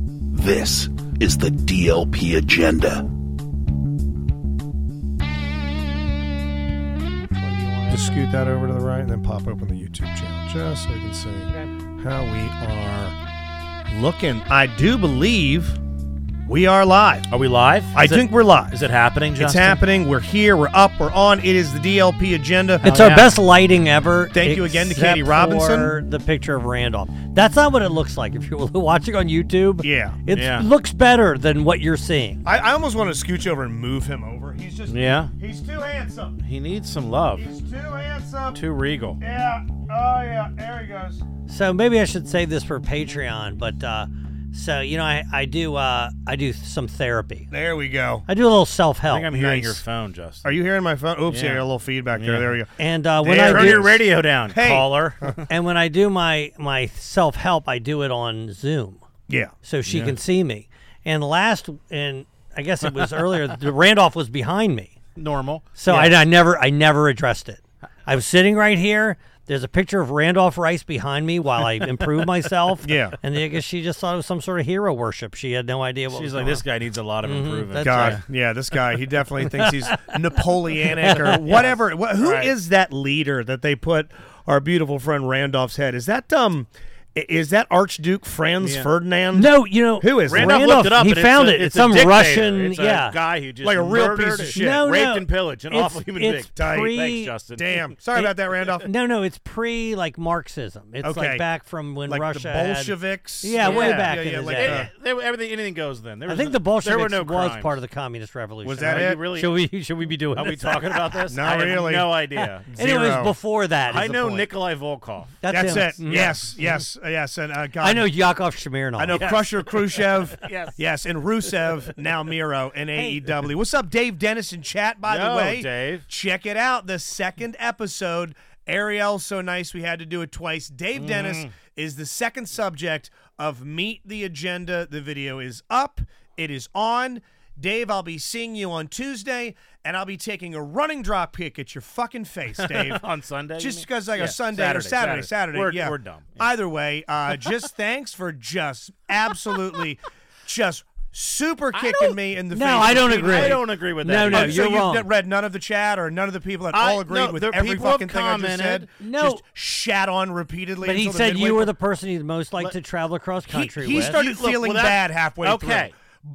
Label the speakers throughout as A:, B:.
A: This is the DLP Agenda.
B: Just scoot that over to the right and then pop open the YouTube channel just so we can see how we are looking.
C: I do believe we are live.
D: Are we live?
C: I
D: Is it-
C: think we're live.
D: Is it happening, Justin?
C: It's happening. We're here. We're up. We're on. It is the DLP agenda.
D: Oh,
E: It's our best lighting ever.
C: Thank you again to
E: except
C: Katie Robinson.
E: for the picture of Randolph. That's not what it looks like. If you're watching on YouTube,
C: Yeah.
E: it
D: Yeah.
E: looks better than what you're seeing.
C: I, I almost want to scooch over and move him over. He's just.
D: Yeah.
C: He's too handsome.
D: He needs some love.
C: He's too handsome.
D: Too regal.
C: Yeah. Oh yeah. There he goes.
E: So maybe I should save this for Patreon. But uh, so you know, I I do uh, I do some therapy.
C: There we go.
E: I do a little self
D: I
E: help.
D: think I'm hearing
C: nice.
D: your phone, Justin.
C: Are you hearing my phone? Oops, yeah, I
D: Yeah.
C: got a little feedback there.
D: Yeah.
C: There we go.
E: And uh, when
C: There
E: I
D: Turn
C: it
E: do,
D: your radio down,
C: Hey.
D: caller.
E: and when I do my my self help, I do it on Zoom.
C: Yeah.
E: so she can see me. And last, and I guess it was earlier, the Randolph was behind me,
D: Normal.
E: so I, I never, I never addressed it. I was sitting right here. There's a picture of Randolph Rice behind me while I improve myself.
C: Yeah.
E: and I guess she just thought it was some sort of hero worship. She had no idea what
D: She's
E: was
D: like,
E: going
D: this guy needs a lot of improvement.
E: Mm-hmm. that's-
C: God,
E: right.
C: yeah, this guy, he definitely thinks he's Napoleonic or whatever. Who is
D: Right.
C: that leader that they put our beautiful friend Randolph's head? Is that um, i- is that Archduke Franz
D: Yeah.
C: Ferdinand?
E: on. No, you know
C: Who is
D: Randolph, looked it up.
E: He
D: and
E: found
D: it's a-
E: it.
D: It's, a
E: some
D: dictator.
E: Russian,
D: It's a
E: yeah,
D: guy who just
C: Like a real
D: murdered
C: piece of
D: and
C: shit.
E: No,
D: raped
E: no.
D: and pillaged, an
E: It's-
D: awful human
E: it's
D: being. Tight.
E: pre-
D: Thanks, Justin.
C: Damn, sorry about that, Randolph.
E: No, no, it's pre like Marxism. It's
C: Okay.
E: like back from when
C: Like
E: Russia
C: the
E: had-
C: Bolsheviks.
E: Yeah, way back
C: yeah,
E: in
C: yeah,
E: the
C: like,
E: day.
C: uh,
D: Eh, they were- everything, anything goes. Then there
E: I
D: was
E: think
D: no-
E: the Bolsheviks
D: there were no
E: was
D: crimes.
E: part of the communist revolution.
C: Was that
D: Are
C: it?
D: you really?
E: Should we should we be doing?
D: Are we
E: this?
D: talking about this?
C: Not
D: I have
C: really.
D: No idea.
C: Zero.
E: Anyways, before that, is
D: I
E: the
D: know
E: point.
D: Nikolai Volkov.
C: That's
E: him.
C: it.
E: Mhm.
C: Yes, yes, yes. And uh, God,
E: I know Yakov Smirnov.
C: I know Crusher Khrushchev.
D: Yes.
C: Yes, and Rusev, now Miro, and AEW. What's up, Dave Dennis in chat, by the
D: Yo,
C: way?
D: Dave.
C: Check it out. The second episode. Ariel, so nice we had to do it twice. Dave Dennis is the second subject of Meet the Agenda. The video is up, it is on. Dave, I'll be seeing you on Tuesday, and I'll be taking a running drop kick at your fucking face, Dave.
D: On Sunday, you
C: Just
D: mean?
C: because like
D: Yeah,
C: a Sunday or
D: Saturday,
C: Saturday, Saturday.
D: Saturday.
C: We're,
D: We're-
C: yeah.
D: we're dumb.
C: Either way, uh, just thanks for just absolutely just super kicking me in the
E: No,
C: face.
E: I don't
C: Between-
E: agree.
D: I don't agree with
E: No,
D: that.
E: no,
C: Oh,
D: either.
C: so
E: you're
C: you
E: wrong.
C: d- read none of the chat or none of the people at
D: I-
C: all agreed
D: no,
C: with
D: the
C: every
D: people have
C: fucking thing I just said.
D: commented.
E: No.
C: Just shat on repeatedly.
E: but he
C: until the
E: said
C: midway
E: you were
C: point.
E: the person he'd most like to travel across
C: He-
E: country
C: He,
E: with.
C: started
D: You- look,
C: feeling
D: well, that-
C: bad halfway
D: okay.
C: through.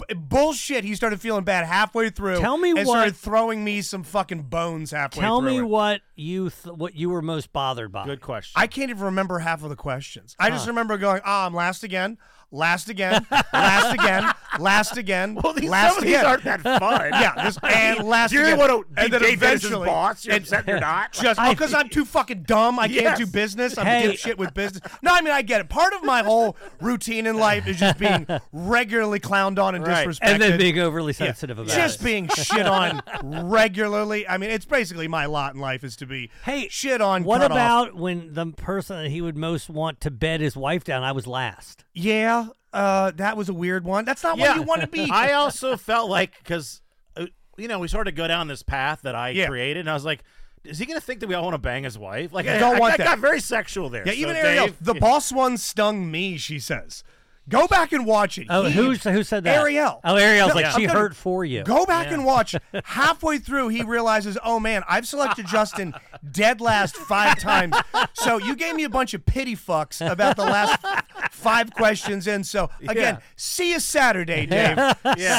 C: B- bullshit. He started feeling bad halfway through.
E: Tell me
C: and started
E: what-
C: throwing me some fucking bones halfway
E: Tell
C: through.
E: me
C: it.
E: what you th- what you were most bothered by.
D: Good question.
C: I can't even remember half of the questions. I just remember going, "Ah, I'm last again, last again, last again, last again,
D: Well, these,
C: last
D: some of
C: again."
D: these aren't that fun.
C: yeah, this and last
D: You're
C: again.
D: the one who
C: and then
D: Dave Dennis's
C: eventually,
D: boss. You're
C: and
D: upset you're not.
C: just because I'm too fucking dumb, I can't
D: Yes.
C: do business. I'm
E: Hey.
C: a dipshit with business. No, I mean I get it. Part of my whole routine in life is just being regularly clowned on and
D: Right.
C: disrespected,
E: and then being overly
C: Yeah.
E: sensitive about
C: just
E: it.
C: being shit on regularly. I mean, it's basically my lot in life is to be
E: Hey,
C: shit on.
E: What
C: cut off,
E: about when the person that he would most want to bed his wife down? I was last.
C: Yeah, uh, that was a weird one. That's not what you want to be.
D: I also felt like because uh, you know we sort of go down this path that I
C: Yeah.
D: created, and I was like, is he gonna think that we all want to bang his wife? Like,
C: I
D: I
C: don't
D: I,
C: want
D: I
C: that.
D: got very sexual there.
C: yeah,
D: So,
C: even Ariel,
D: Dave-
C: the boss one stung me. She says, "Go back and watch it."
E: Oh,
C: He-
E: who's who said that?
C: Ariel.
E: Oh, Ariel's
C: No,
E: like
C: I'm
E: she
C: gonna-
E: hurt for you.
C: Go back and watch. Halfway through, he realizes, "Oh man, I've selected Justin dead last five times." So you gave me a bunch of pity fucks about the last five questions in. So again,
D: Yeah.
C: see you Saturday, Dave.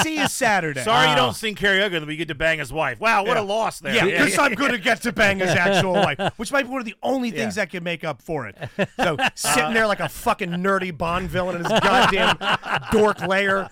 C: See you Saturday.
D: Sorry, you don't sing karaoke, but you get to bang his wife. Wow, what a loss there.
C: Ah. Yeah, because I'm going to get to bang his actual wife, which might be one of the only things that could make up for it. So sitting there like a fucking nerdy Bond villain in his goddamn dork lair,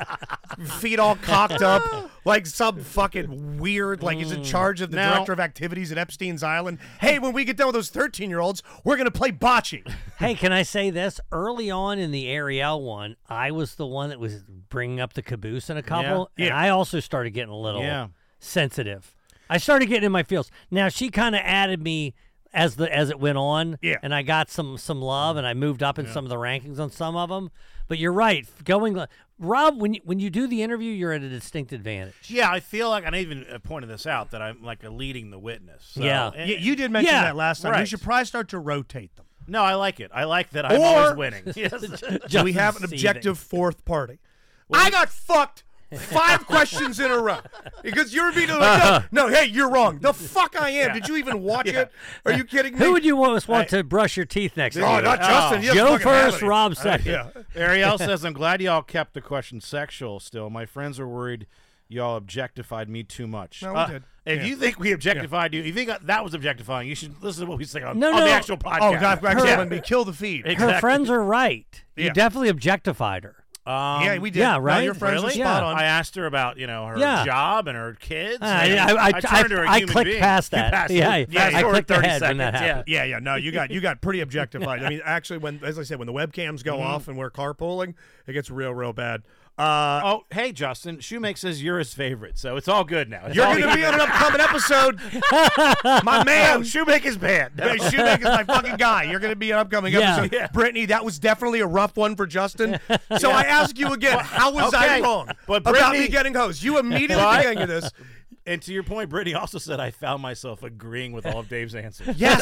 C: feet all cocked up, like some fucking weird, like he's in charge of the
D: Mm. Now-
C: director of activities at Epstein's Island. Hey, when we get done with those 13 year olds, we're going to play bocce.
E: Hey, can I say this? Early on in the Ariel one, I was the one that was bringing up the caboose in a couple, and
C: Yeah.
E: I also started getting a little
D: Yeah.
E: sensitive. I started getting in my feels. Now she kind of added me as the as it went on,
C: Yeah.
E: and I got some some love, and I moved up in some of the rankings on some of them. But you're right, going Rob, when you, when you do the interview, you're at a distinct advantage.
D: Yeah, I feel like and I even uh, pointed this out that I'm like a leading the witness. So,
E: Yeah.
D: eh,
C: You, you did mention
E: Yeah,
C: that last time. We
D: right.
C: should probably start to rotate them.
D: No, I like it. I like that I'm
C: Or-
D: always winning. Yes.
C: we have an
E: Justin's
C: objective fourth party. I got fucked five questions in a row because you were being
E: Uh-huh.
C: like, no, no, hey, you're wrong. The fuck I am. Did you even watch it? Are you kidding me?
E: Who would you most want to brush your teeth next to?
C: Oh, not Justin. He doesn't
E: Joe
C: fucking have
E: first,
C: any.
E: Rob second.
D: Ariel says, I'm glad y'all kept the question sexual still. My friends were worried y'all objectified me too much. Uh,
C: No, we did.
D: If
C: Yeah.
D: you think we objectified you, if you think that was objectifying, you should listen to what we say on,
E: No,
D: on the
E: no.
D: actual podcast.
C: Oh, God,
D: Yeah.
C: Greg Zimmerman, we kill the feed.
E: Her
D: Exactly.
E: friends are right.
C: Yeah.
E: You definitely objectified her.
D: Um,
C: yeah, we did.
E: yeah,
C: No,
E: right?
C: your friends are
E: Really?
C: spot
E: Yeah.
C: on.
D: I asked her about you know her
E: Yeah.
D: job and her kids.
E: Ah,
D: and
E: yeah, I- I-
D: turned
E: I-
D: her a
E: I
D: human
E: clicked
D: being.
E: past
D: You
E: that.
D: passed
E: Yeah,
D: it.
E: I- I
D: forward
E: clicked
D: 30
E: ahead when that
D: seconds, yeah.
E: happened.
C: Yeah, yeah, no, you got you got pretty objectified. I mean, actually, when as I said, when the webcams
E: Mm-hmm.
C: go off and we're carpooling, it gets real, real bad. Uh,
D: Oh, hey, Justin. Shoemake says you're his favorite, so it's all good now. It's
C: you're
D: all
C: going to be on an upcoming episode, my man.
D: Shoemake is bad.
C: Hey, Shoemaker's my fucking guy. You're going to be an upcoming
E: Yeah.
C: episode. Brittany, that was definitely a rough one for Justin. So I ask you again, how was I
D: okay.
C: wrong
D: But
C: about me
D: Brittany-
C: getting hosed? You immediately
D: But-
C: beginning of this.
D: And to your point, Brittany also said I found myself agreeing with all of Dave's answers.
C: Yes.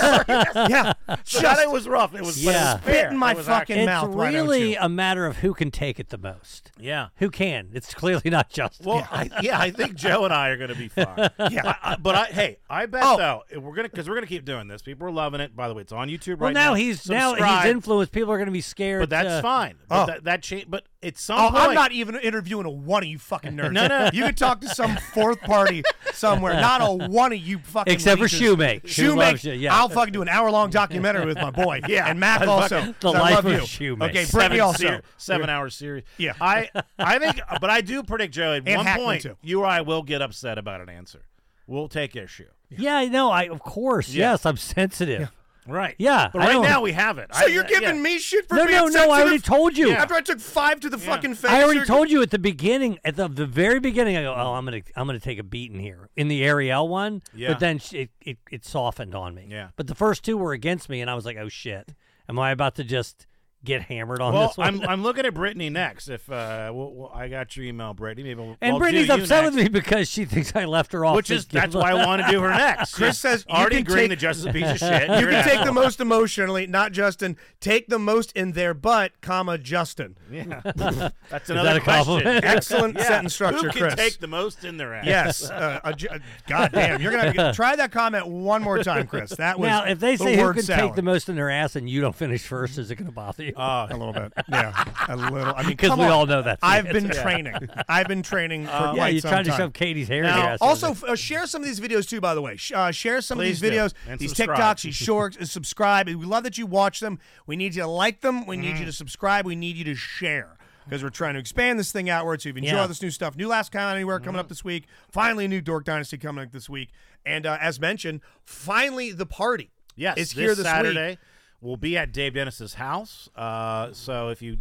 C: yeah.
D: So
C: Just
D: that it was rough. It was
E: Yeah.
D: but it was fair.
C: Spit in my
D: It was accurate.
C: fucking
E: It's
C: mouth, why don't
E: really
C: you?
E: a matter of who can take it the most.
D: Yeah.
E: Who can? It's clearly not Justin.
D: Well, I, yeah, I think Joe and I are going to be fine. yeah, I, I- but I, hey, I bet
C: Oh.
D: though if we're gonna because we're gonna keep doing this. People are loving it. By the way, it's on YouTube
E: Well,
D: right
E: now,
D: now.
E: he's now
D: Subscribe.
E: he's influenced. People are going to be scared.
D: But that's
E: to-
D: fine. But
C: Oh.
D: that, that cha- But at some
C: Oh,
D: point,
C: I'm not even interviewing a one of you fucking nerds.
D: No, no.
C: You could talk to some fourth party somewhere. Not a one of you fucking.
E: Except for
C: leeches.
E: Shoemake, who
C: Shoemake.
E: loves you, yeah.
C: I'll fucking do an hour long documentary with my boy.
D: Yeah.
C: And Mac
D: I
C: also.
D: fucking-
E: The
C: So I
E: life
C: love
E: of
C: you.
E: Shoemake.
C: Okay,
D: seven
C: Brittany also.
D: ser- seven hour series.
C: Yeah.
D: I I think, but I do predict Joe at
C: And
D: one
C: Hackman,
D: point
C: too.
D: you or I will get upset about an answer. We'll take issue.
E: Yeah, I know. I of course.
D: Yeah.
E: Yes, I'm sensitive.
D: Right.
E: Yeah,
D: But
E: I
D: right
E: don't-
D: now we have it.
C: So
D: I- uh,
C: you're
D: yeah.
C: giving me shit for
E: No,
C: being
E: no, no, I already
C: sensitive?
E: told you.
C: After I took five to the fucking face.
E: I already
C: you're-
E: told you at the beginning, at the, the very beginning. I go, oh, I'm gonna, I'm gonna take a beating here in the Ariel one.
D: Yeah.
E: But then sh- it, it, it softened on me.
D: Yeah.
E: But the first two were against me, and I was like, oh shit, am I about to just get hammered on
D: Well,
E: this one?
D: I'm, I'm looking at Brittany next. If uh, we'll, we'll- I got your email, Brittany. Maybe we'll,
E: and
D: we'll
E: Brittany's
D: do you
E: upset
D: next,
E: with me because she thinks I left her off.
D: which is
E: this game.
D: that's why I want to do her next.
C: Chris
D: Yeah.
C: says you
D: already
C: can
D: agreeing
C: take-
D: that Justin's a piece of shit.
C: You can take the most emotionally, not Justin. Take the most in their butt, comma Justin.
D: Yeah. that's another
E: a compliment?
D: question.
C: Excellent
D: Yeah.
C: sentence structure,
D: Who can
C: Chris.
D: take the most in their ass?
C: Yes. Uh, a, ju- God damn, you're gonna have to get- try that comment one more time, Chris. That was
E: Now, if they
C: the
E: say who
C: word
E: can
C: salad.
E: take the most in their ass and you don't finish first, is it going to bother you?
D: Uh,
C: Uh, a little bit, yeah, a little. I mean,
E: Because
C: come
E: we
C: on.
E: all know that's the
C: I've been
E: answer.
C: training. I've been training for
E: yeah,
C: quite
E: you
C: some
E: tried to
C: time.
E: shove Katie's hair in
C: Now,
E: your ass.
C: also f- uh, share some of these videos too. By the way, Sh- uh, share some
D: Please
C: of these
D: do.
C: videos,
D: And
C: these
D: subscribe.
C: TikToks, these shorts, and subscribe. We love that you watch them. We need you to like them. We need you
D: Mm.
C: to subscribe. We need you to share because we're trying to expand this thing outward. So if you enjoy
E: Yeah.
C: all this new stuff, new Last Count Anywhere coming
D: Mm.
C: up this week. Finally, a new Dork Dynasty coming up this week. And uh, as mentioned, finally the party.
D: Yes,
C: is
D: this
C: here this
D: Saturday.
C: week.
D: We'll be at Dave Dennis's house. Uh, so if you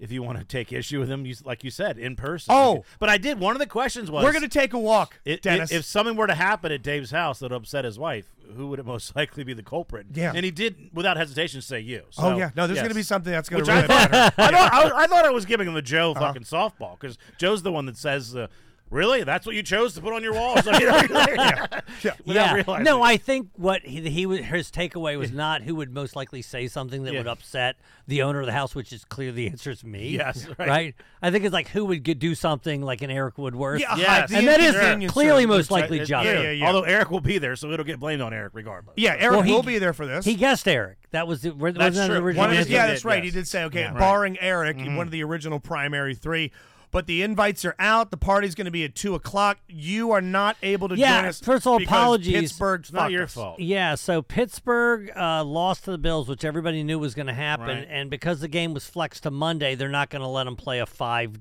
D: if you want to take issue with him, you, like you said, in person.
C: Oh.
D: You can- but I did. One of the questions was
C: We're gonna take a walk,
D: i- i-
C: Dennis.
D: if something were to happen at Dave's house that upset his wife, who would it most likely be the culprit?
C: Yeah.
D: and he did without hesitation say you.
C: oh
D: So,
C: yeah, no, there's
D: yes.
C: gonna be something that's gonna
D: Which
C: really
D: I thought,
C: matter. Uh-huh.
D: I, thought I, was- I thought I was giving him a Joe fucking softball because Joe's the one that says, uh, "Really? That's what you chose to put on your walls?" I mean,
C: Yeah.
D: without
E: yeah.
D: realizing.
E: No, I think what he, he was, his takeaway was not who would most likely say something that
D: Yeah.
E: would upset the owner of the house, which is clearly the answer is me.
D: Yes, right.
E: I think it's like who would g- do something like an Eric Woodworth.
C: Yeah,
D: Yes.
C: the
E: and that is
C: inconvenience
E: clearly
C: of-
E: most likely
D: It's-
E: Justin.
C: yeah, yeah, yeah.
D: Although Eric will be there, so it'll get blamed on Eric regardless.
C: Yeah, Eric
E: Well, he-
C: will be there for this.
E: He guessed Eric. That was the, wasn't
D: That's
E: that the
D: true.
E: original.
C: One of his,
D: He
E: answer?
C: yeah,
D: did,
C: that's right. He
D: yes.
C: did say, okay,
D: Yeah. Mm-hmm.
C: barring Eric, one of the original primary three. But the invites are out. The party's going to be at two o'clock. You are not able to
E: Yeah,
C: join us.
E: first of all,
C: because
E: apologies.
C: Pittsburgh,
D: It's not your
C: us.
D: fault.
E: Yeah, so Pittsburgh uh, lost to the Bills, which everybody knew was going to happen, and because the game was flexed to Monday, they're not going to let them play a five.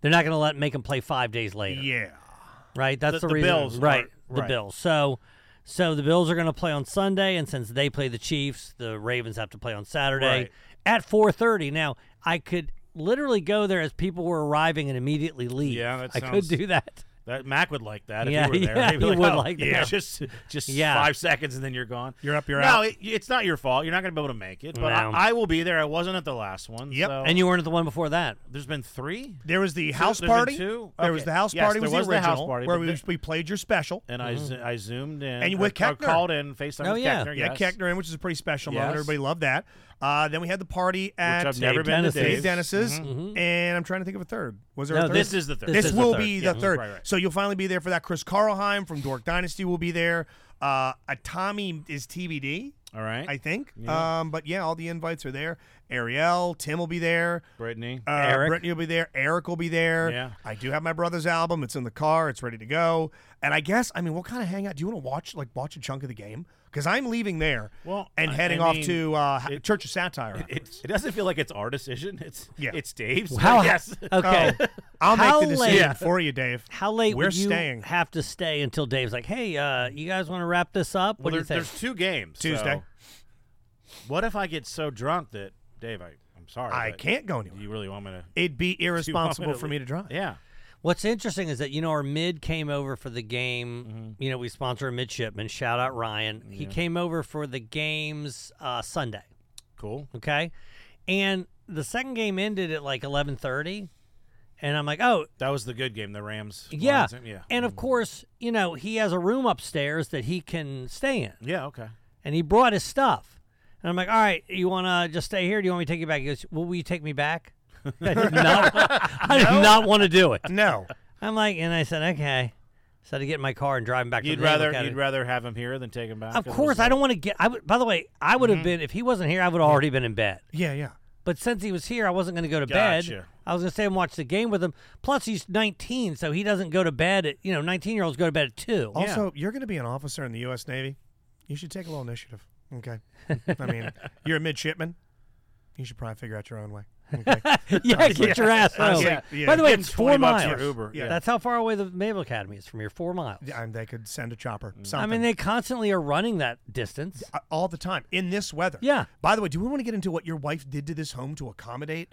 E: They're not going to let make them play five days later.
C: Yeah,
E: right? That's
D: The-
E: the,
D: the
E: reason.
D: Bills
E: right?
D: are-
E: the
D: right.
E: Bills. So, so the Bills are going to play on Sunday, and since they play the Chiefs, the Ravens have to play on Saturday
D: Right.
E: at four thirty. Now, I could literally go there as people were arriving and immediately leave.
D: Yeah, that
E: I
D: sounds-
E: could do that.
D: That Mac would like that
E: Yeah,
D: if he were there.
E: yeah,
D: He'd be
E: he would
D: "Oh,
E: like
D: yeah,
E: that."
D: Just, just
E: Yeah.
D: five seconds and then you're gone.
B: You're up, you're
D: no,
B: out.
D: it- it's not your fault. You're not going to be able to make it. But
E: No.
D: I, I will be there. I wasn't at the last one.
C: Yep.
D: so-
E: And you weren't at the one before that.
D: there's been three.
C: There was the house
D: there's been
C: party.
D: two?
C: There was
D: Okay.
C: the house
D: Yes,
C: party.
D: there
C: was
D: was
C: the
D: the house
C: original
D: party,
C: where
D: but
C: we,
D: the-
C: we played your special.
D: And I, zo- I zoomed in.
C: And with
D: I, I
C: Koechner.
D: called in, FaceTime
E: Oh,
D: with
E: yeah.
D: Koechner,
C: Yeah,
D: yes.
C: Keckner in, which is a pretty special moment.
D: Yes.
C: Everybody loved that. Uh, then we had the party at
D: I've never been
E: Dave
D: to Mm-hmm.
E: Dennis's.
C: Dave
E: Dave's.
C: Dennis's, and I'm trying to think of a third. Was there a
E: No,
C: third?
D: This is the third.
E: This
C: This,
E: is the
C: will
E: third.
C: be the
E: Yeah.
C: third.
D: Right, right.
C: So you'll finally be there for that. Chris Carlheim from Dork Dynasty will be there. Uh, a Tommy is TBD,
D: All right.
C: I think. Um, but yeah, all the invites are there. Ariel, Tim will be there.
D: Brittany.
C: Uh,
E: Eric.
C: Brittany will be there. Eric will be there.
D: Yeah.
C: I do have my brother's album. It's in the car. It's ready to go. And I guess I mean, we'll kind of hang out. Do you want to watch like watch a chunk of the game? Because I'm leaving there.
D: Well,
C: and
D: I-
C: heading
D: I
C: off
D: mean,
C: to uh, ha- Church of Satire. after.
D: it, it doesn't feel like it's our decision. It's
C: Yeah.
D: it's Dave's. but
E: How uh,
D: yes.
E: okay.
C: Oh, I'll
E: How
C: make the decision
E: late-
C: for you, Dave.
E: How late
C: We're
E: would you
C: staying.
E: have to stay until Dave's like, "Hey, uh, you guys want to wrap this up? What
D: Well,
E: do
D: there,
E: you think?"
D: there's two games. so-
C: Tuesday.
D: What if I get so drunk that Dave? I, I'm sorry.
C: I
D: but
C: can't go anywhere.
D: You really want me to?
C: It'd be
D: you want
C: irresponsible for me to drive.
D: Yeah.
E: What's interesting is that you know our mid came over for the game. You know we sponsor a midshipman. Shout out Ryan. He came over for the games uh, Sunday.
D: Cool.
E: Okay, and the second game ended at like eleven thirty, and I'm like, "Oh,
D: That was the good game. The Rams.
E: yeah."
D: Lions, eh? Yeah.
E: And of course, you know he has a room upstairs that he can stay in.
D: yeah. Okay.
E: and he brought his stuff. And I'm like, all right, you want to just stay here? Do you want me to take you back? He goes, well, will you take me back? I did not, I did not want to do it.
C: No.
E: I'm like, and I said, okay. So I had to get in my car and drive him back.
D: You'd
E: to the
D: rather
E: neighborhood.
D: you'd rather have him here than take him back.
E: Of
D: 'Cause it
E: course,
D: was
E: I
D: like-
E: don't want to get. I would. By the way, I would have
D: Mm-hmm.
E: been if he wasn't here. I would have already been in bed.
C: Yeah, yeah.
E: But since he was here, I wasn't going to go to bed.
D: Gotcha.
E: I was going to stay and watch the game with him. Plus, he's 19, so he doesn't go to bed. At, you know, 19 year olds go to bed at two.
C: Also, you're going to be an officer in the U.S. Navy. You should take a little initiative. Okay. I mean, you're a midshipman. You should probably figure out your own way. Okay.
E: yeah, get your ass home.
C: Honestly, yeah.
E: By the way,
D: Getting
E: it's
D: 20
E: four
D: bucks
E: miles.
D: for Uber, yeah.
E: That's how far away the Naval Academy is from here. Four miles.
C: and they could send a chopper.
E: I
D: Mm.
C: Something.
E: mean, they constantly are running that distance.
C: uh, all the time in this weather.
E: Yeah.
C: By the way, do we want to get into what your wife did to this home to accommodate?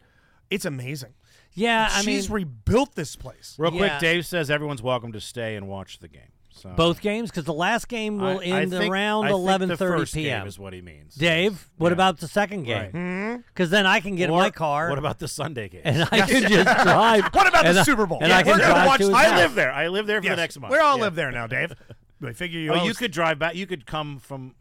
C: It's amazing.
E: Yeah, I
C: She's
E: mean,
C: rebuilt this place.
D: Real
E: Yeah.
D: quick, Dave says everyone's welcome to stay and watch the game. So
E: both games because the last game will
D: I- I
E: end
D: think-
E: around
D: I think the
E: 11:30
D: first game
E: p.m.
D: Is what he means.
E: Dave, what
D: Yeah.
E: about the second
D: Right.
E: game? Because then I can get in
D: Or
E: my car
D: What about the Sunday game?
E: and I can just drive.
C: What about
E: and
C: the
E: I-
C: Super Bowl?
E: And
C: Yeah,
E: I can
C: we're gonna
E: drive
C: watch-
E: to his
D: I
E: house.
D: live there. I live there for
C: Yes.
D: the next month.
C: We all
D: Yeah.
C: live there now, Dave. I figure you.
D: Oh,
C: all-
D: you could drive back. You could come from.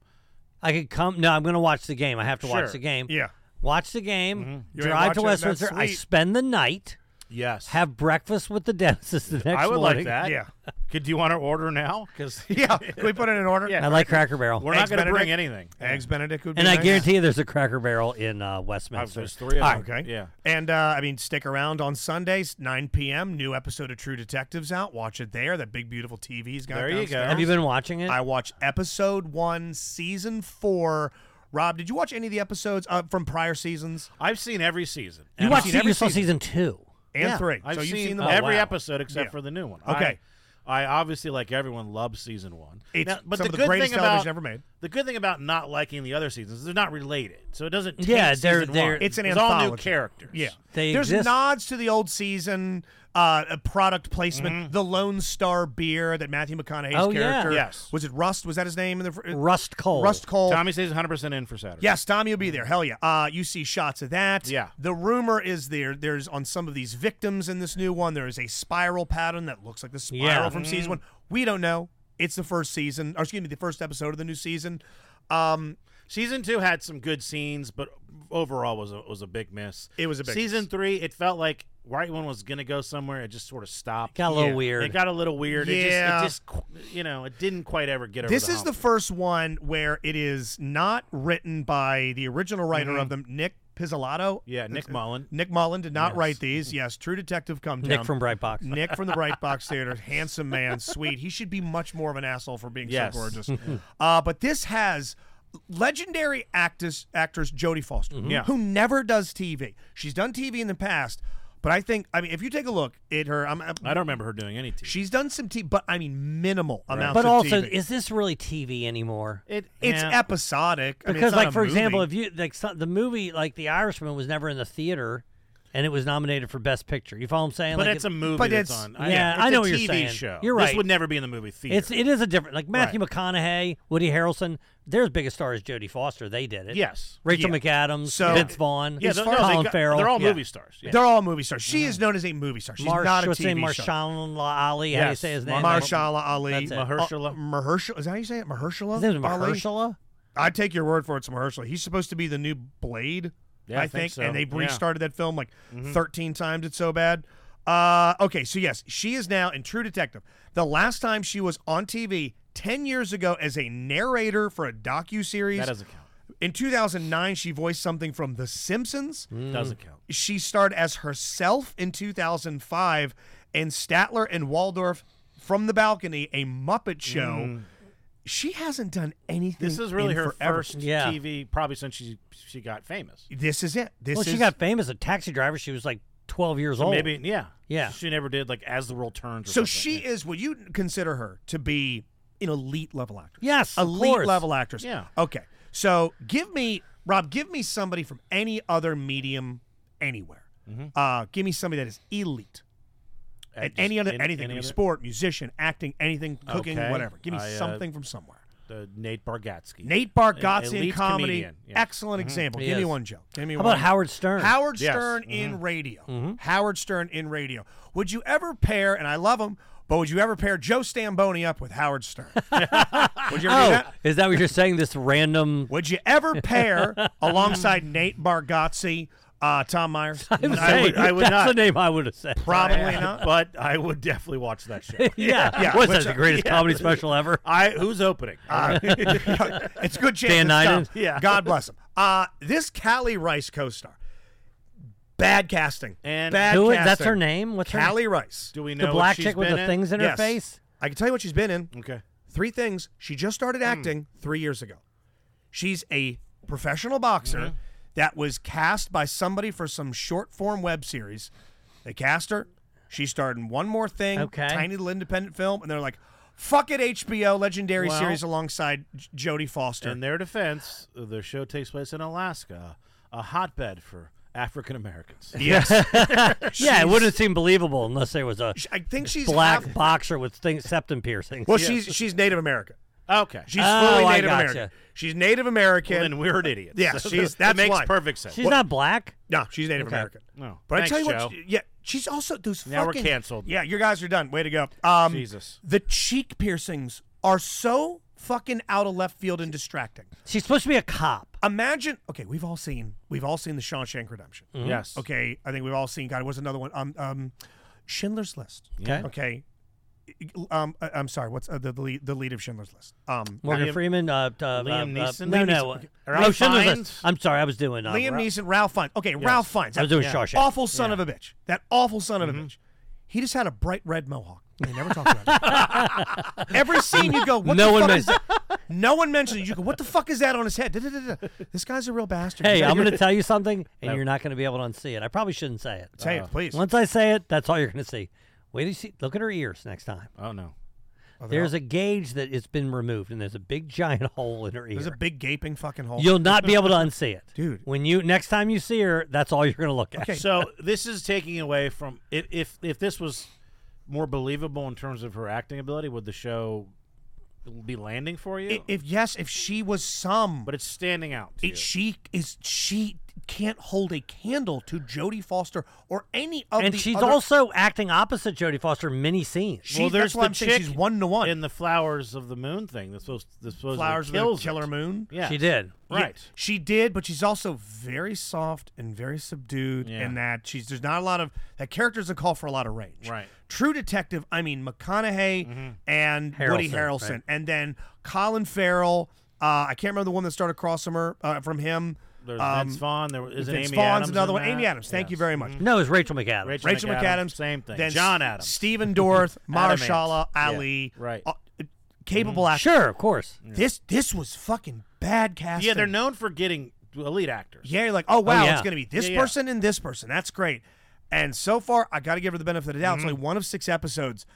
E: I could come. No, I'm going to watch the game. I have to watch
D: Sure.
E: the game.
C: Yeah.
E: Watch the game.
C: You ain't
E: Drive
C: watching
E: to
C: it? That's
E: Westminster. I
C: sweet.
E: spend the night.
D: Yes.
E: Have breakfast with the dentist the next morning.
D: I would like that.
C: Yeah.
D: Could do you want to order now? Because
C: Yeah. Can we put it in order?
D: Yeah.
E: I like Cracker Barrel.
D: we're not
C: Eggs
D: going to bring
C: Benedict.
D: anything.
C: Eggs Benedict would be
E: And I
C: nice.
E: guarantee you, there's a Cracker Barrel in uh,
D: Uh,
E: Westminster.
D: There's three of
E: All
D: them.
E: right.
C: Okay.
D: Yeah.
C: And uh, I mean, stick around on Sundays, 9 p.m. New episode of True Detectives out. Watch it there. That big, beautiful TV's got
D: There you go.
C: downstairs.
E: Have you been watching it?
C: I watched episode one, season four. Rob, did you watch any of the episodes uh, from prior seasons
D: I've seen every season.
E: you
D: I've
E: watched
D: seen
E: se-
D: every
E: you saw season two.
C: and three?
D: I've
C: so you've
D: seen,
C: seen, them all.
D: every
E: wow.
D: episode except
C: Yeah.
D: for the new one.
C: Okay.
D: I, I obviously, like everyone, love season one.
C: It's
D: Now, but
C: some
D: the
C: of the
D: good
C: greatest
D: thing about,
C: television ever made.
D: The good thing about not liking the other seasons is they're not related, so it doesn't. Taint
E: Yeah, they're-
D: season
E: they're-
D: one.
C: It's an
D: it's all new
C: anthology.
D: characters.
C: Yeah.
E: They
C: There's
E: exist.
C: nods to the old season, uh, uh, product placement,
D: Mm-hmm.
C: the Lone Star beer that Matthew McConaughey's
E: Oh, yeah.
C: character.
D: Yes.
C: Was it Rust? Was that his name? In the, fr-
E: Rust Cole.
C: Rust Cole.
D: Tommy says 100 percent in for Saturday.
C: Yes, Tommy will be there. Hell yeah. Uh, you see shots of that.
D: Yeah.
C: The rumor is there. There's on some of these victims in this new one. There is a spiral pattern that looks like the spiral
E: Yeah.
C: from season one. We don't know. It's the first season, or excuse me, the first episode of the new season. Um,
D: Season two had some good scenes, but overall was a, was a big miss.
C: It was a big
D: season three. It felt like right when was gonna go somewhere, it just sort of stopped.
E: Got a little
C: Yeah.
E: weird.
D: It got a little weird.
C: Yeah.
D: It just, it just qu- you know, it didn't quite ever get over.
C: this
D: the
C: is the
D: hump.
C: first one where it is not written by the original writer of them, Nick Pizzolatto.
D: yeah Nick Mullen.
C: Nick Mullen did not write these. Yes, True Detective come
E: Nick
C: down.
E: from Brightbox.
C: Nick from the Bright Box Theater, handsome man, sweet. He should be much more of an asshole for being
D: Yes. Mm-hmm.
C: so gorgeous. uh, but this has legendary actress, actress Jodie Foster,
D: Mm-hmm. Yeah.
C: who never does TV. She's done TV in the past, but I think I mean if you take a look at her, I'm, I'm-
D: I don't remember her doing anything.
C: she's done some TV, but I mean minimal amounts.
E: But
C: of
E: also,
C: TV.
E: is this really TV anymore?
D: it,
C: it's
D: yeah.
C: episodic I mean,
E: Because,
C: it's not
E: like
C: a
E: for example,
C: movie.
E: if you like so, the movie like The Irishman was never in the theater, and it was nominated for Best Picture. You follow what I'm saying?
D: But
E: like
D: it's
E: it-
D: a movie
C: but
D: that's
C: it's-
D: on.
E: yeah,
D: it's
E: I know
D: a
E: what you're
D: TV
E: saying.
D: show.
E: You're
D: This
E: right.
D: would never be in the movie theater.
E: It's it is a different like Matthew McConaughey, Woody Harrelson. Their biggest star is Jodie Foster. They did it.
D: yes.
E: Rachel
D: yeah.
E: McAdams,
C: So-
E: Vince Vaughn,
D: Yeah, they're, no, they
E: Colin
D: got-
E: Farrell.
D: They're all
E: yeah.
D: movie stars. Yeah.
C: They're all movie stars. She is known as a movie star. She's
E: Mm-hmm. Marsh,
C: not a
E: what's his
C: TV
E: name?
C: star.
E: Marshala Ali. How do you
D: Yes,
E: say his name?
C: Marshala Ali.
E: That's it.
D: Mahershala.
C: Uh, Mahershala. Is that how you say it? Mahershala?
E: His name's
C: Ali?
E: Mahershala.
C: I take your word for it, it's Mahershala. He's supposed to be the new Blade,
D: Yeah,
C: I
D: I think
C: think,
D: so.
C: and they've
D: Yeah. Mm-hmm.
C: restarted that film like 13 times. It's so bad. Uh, okay, so yes, she is now in True Detective. The last time she was on TV 10 years ago as a narrator for a docu series.
D: That doesn't count.
C: In 2009, she voiced something from The Simpsons.
D: Doesn't count.
C: She starred as herself in 2005 in Statler and Waldorf from the balcony, a Muppet show. She hasn't done anything.
D: Mm. This is really
C: in
D: her
C: forever.
D: first
E: Yeah.
D: TV, probably since she she got famous.
C: This is it. This
E: Well,
C: is
E: she got famous as a taxi driver. She was like 12 years old.
D: Maybe yeah,
E: Yeah.
D: She never did like As the World Turns. Or
C: so
D: something.
C: she
D: Yeah.
C: is. Would you consider her to be an elite level actress?
E: Yes, of
C: elite
E: course.
C: level actress.
D: Yeah.
C: Okay. So give me Rob. Give me somebody from any other medium, anywhere. Uh, give me somebody that is elite.
D: Uh,
C: At
D: just
C: any other
D: in-
C: anything,
D: any
C: could be
D: other-
C: sport, musician, acting, anything, cooking,
D: Okay.
C: whatever. Give me
D: I, uh,
C: something from somewhere.
D: uh, Nate Bargatze.
C: Nate Bargatze in
D: elite
C: comedy,
D: comedian, yeah.
C: excellent example.
E: He
C: Give me
E: is.
C: one, Joe. Give me
E: How
C: one.
E: about Howard Stern? Mm-hmm.
C: Howard
D: Yes.
C: Stern in radio. Howard Stern in radio. Would you ever pair? And I love him, but would you ever pair Joe Stamboni up with Howard Stern? would you ever do
E: Oh,
C: that?
E: is that what you're saying? This random.
C: Would you ever pair alongside Nate Bargatze, uh, Tom Myers?
E: I'm
D: I would-
E: saying,
D: I would
E: that's
D: not.
E: the name I would have said.
C: Probably
D: Oh.
C: not.
D: but I would definitely watch that show.
E: yeah.
C: yeah,
E: Was
C: which
E: that the
C: I-
E: greatest
D: yeah.
E: comedy special ever?
D: I who's opening?
C: Uh, it's a good chance.
E: Dan
C: it's
E: Niden?
C: Tom.
D: Yeah.
C: God bless him. Uh, this Callie Rice co-star, bad casting.
D: And-
C: bad
E: Who is,
C: casting.
E: that's her name? What's her name?
C: Callie Rice.
D: Do we know
E: The
D: what
E: black
D: she's
E: chick with
D: been
E: the
D: in?
E: things in her
C: Yes.
E: face?
C: I can tell you what she's been in.
D: Okay.
C: Three things. She just
E: Hmm.
C: started acting three years ago. She's a professional boxer
E: Mm-hmm.
C: that was cast by somebody for some short form web series. They cast her. She starred in one more thing,
E: Okay.
C: tiny little independent film, and they're like, "Fuck it, HBO legendary
D: Well-
C: series alongside J- Jodie Foster."
D: In their defense, the show takes place in Alaska, a hotbed for African Americans.
C: yes,
E: Yeah, it wouldn't seem believable unless there was a
C: I think she's
E: black
C: half-
E: boxer with thing, septum piercings.
C: well, she's she's Native American.
D: Okay.
C: She's
E: Oh,
C: fully
E: I
C: Native
E: gotcha.
C: American. She's Native American.
D: and we're an idiot.
C: Yeah, she's- that's
D: that makes
C: why.
D: perfect sense.
E: She's not black.
C: No, she's Native American.
D: No.
C: but
D: Oh. Thanks,
C: I tell you what,
D: Joe.
C: she- yeah, she's also those.
D: Now we're
C: fucking-
D: canceled.
C: Yeah, your guys are done. Way to go. Um,
D: Jesus.
C: the cheek piercings are so fucking out of left field and distracting.
E: She's supposed to be a cop.
C: Imagine, okay, we've all seen, we've all seen the Shawshank Redemption.
D: Yes.
C: Okay, I think we've all seen. God, what's another one? Um, um, Schindler's List.
E: Okay.
C: Okay, um, I- I'm sorry. What's uh, the, the lead, the lead of Schindler's List? Um,
E: Morgan Freeman. Uh, uh,
D: Liam
E: uh, uh,
D: Neeson?
E: No,
D: Liam
E: no.
D: Neeson.
E: uh,
D: Ralph
E: no, Schindler's
D: Fiennes?
E: List. I'm sorry, I was doing. Uh,
C: Liam
E: Ra-
C: Neeson, Ralph Fiennes. Okay, Ralph Fiennes.
E: I was doing
D: Yeah.
E: Shawshank. Mm-hmm.
C: awful son of a bitch. That awful son of a bitch. He just had a bright red mohawk. They never talk about it. Every scene you go, what
E: No
C: the
E: one
C: fuck
E: men-
C: is that? No one mentions it. You go, what the fuck is that on his head? Da-da-da-da. This guy's a real bastard.
E: Hey, I'm going to tell you something, and you're not going to be able to unsee it. I probably shouldn't say it.
C: Say it, please.
E: uh, Once I say it, that's all you're going to see. Wait, till you see. Look at her ears next time.
D: Oh no.
E: There's a gauge that it's been removed, and there's a big giant hole in her ear.
C: There's a big gaping fucking hole.
E: You'll not be able to unsee it,
C: Dude.
E: When you next time you see her, that's all you're going to look at.
C: Okay.
D: So this is taking away from if, if if this was more believable in terms of her acting ability, would the show be landing for you?
C: I- if yes, if she was some,
D: but it's standing out. to
C: it-
D: you.
C: she is she can't hold a candle to Jodie Foster or any of
E: And
C: the
E: she's
C: other-
E: also acting opposite Jodie Foster in many scenes.
C: She, that's why I'm saying she's one to one.
D: in the Flowers of the Moon thing. That's supposed that's supposed
C: Flowers of the
D: kills
C: Killer
D: it.
C: Moon.
D: Yeah,
E: She did.
C: Yeah,
D: Right.
C: she did, but she's also very soft and very subdued
D: Yeah.
C: in that she's there's not a lot of that character's a call for a lot of range.
D: Right. Mm-hmm.
C: True Detective, I mean McConaughey and Woody
E: Harrelson,
C: Harrelson,
E: right.
C: and then Colin Farrell. Uh, I can't remember the one that started across from her uh, from him.
D: There's
C: um,
D: Vince Vaughn. There is
C: Vince
D: Amy
C: Vaughn's
D: Adams
C: another
D: in
C: one.
D: that.
C: Amy Adams. Thank you
D: Yes.
C: very much.
E: No, it's Rachel McAdams.
D: Rachel,
C: Rachel McAdams.
D: Same thing.
C: Then
D: John
C: S-
D: Adams.
C: Stephen Dorff,
D: Adam Ant.
C: Marshala
D: Yeah,
C: Ali.
D: right. Mm-hmm.
C: uh, capable actors.
E: Sure, of course.
C: This this was fucking bad casting.
D: yeah, they're known for getting elite actors.
C: Yeah, you're like, oh wow,
E: yeah.
C: it's gonna be this
D: Yeah, yeah.
C: person and this person. That's great. And so far, I gotta give her the benefit of the doubt. It's only one of six episodes.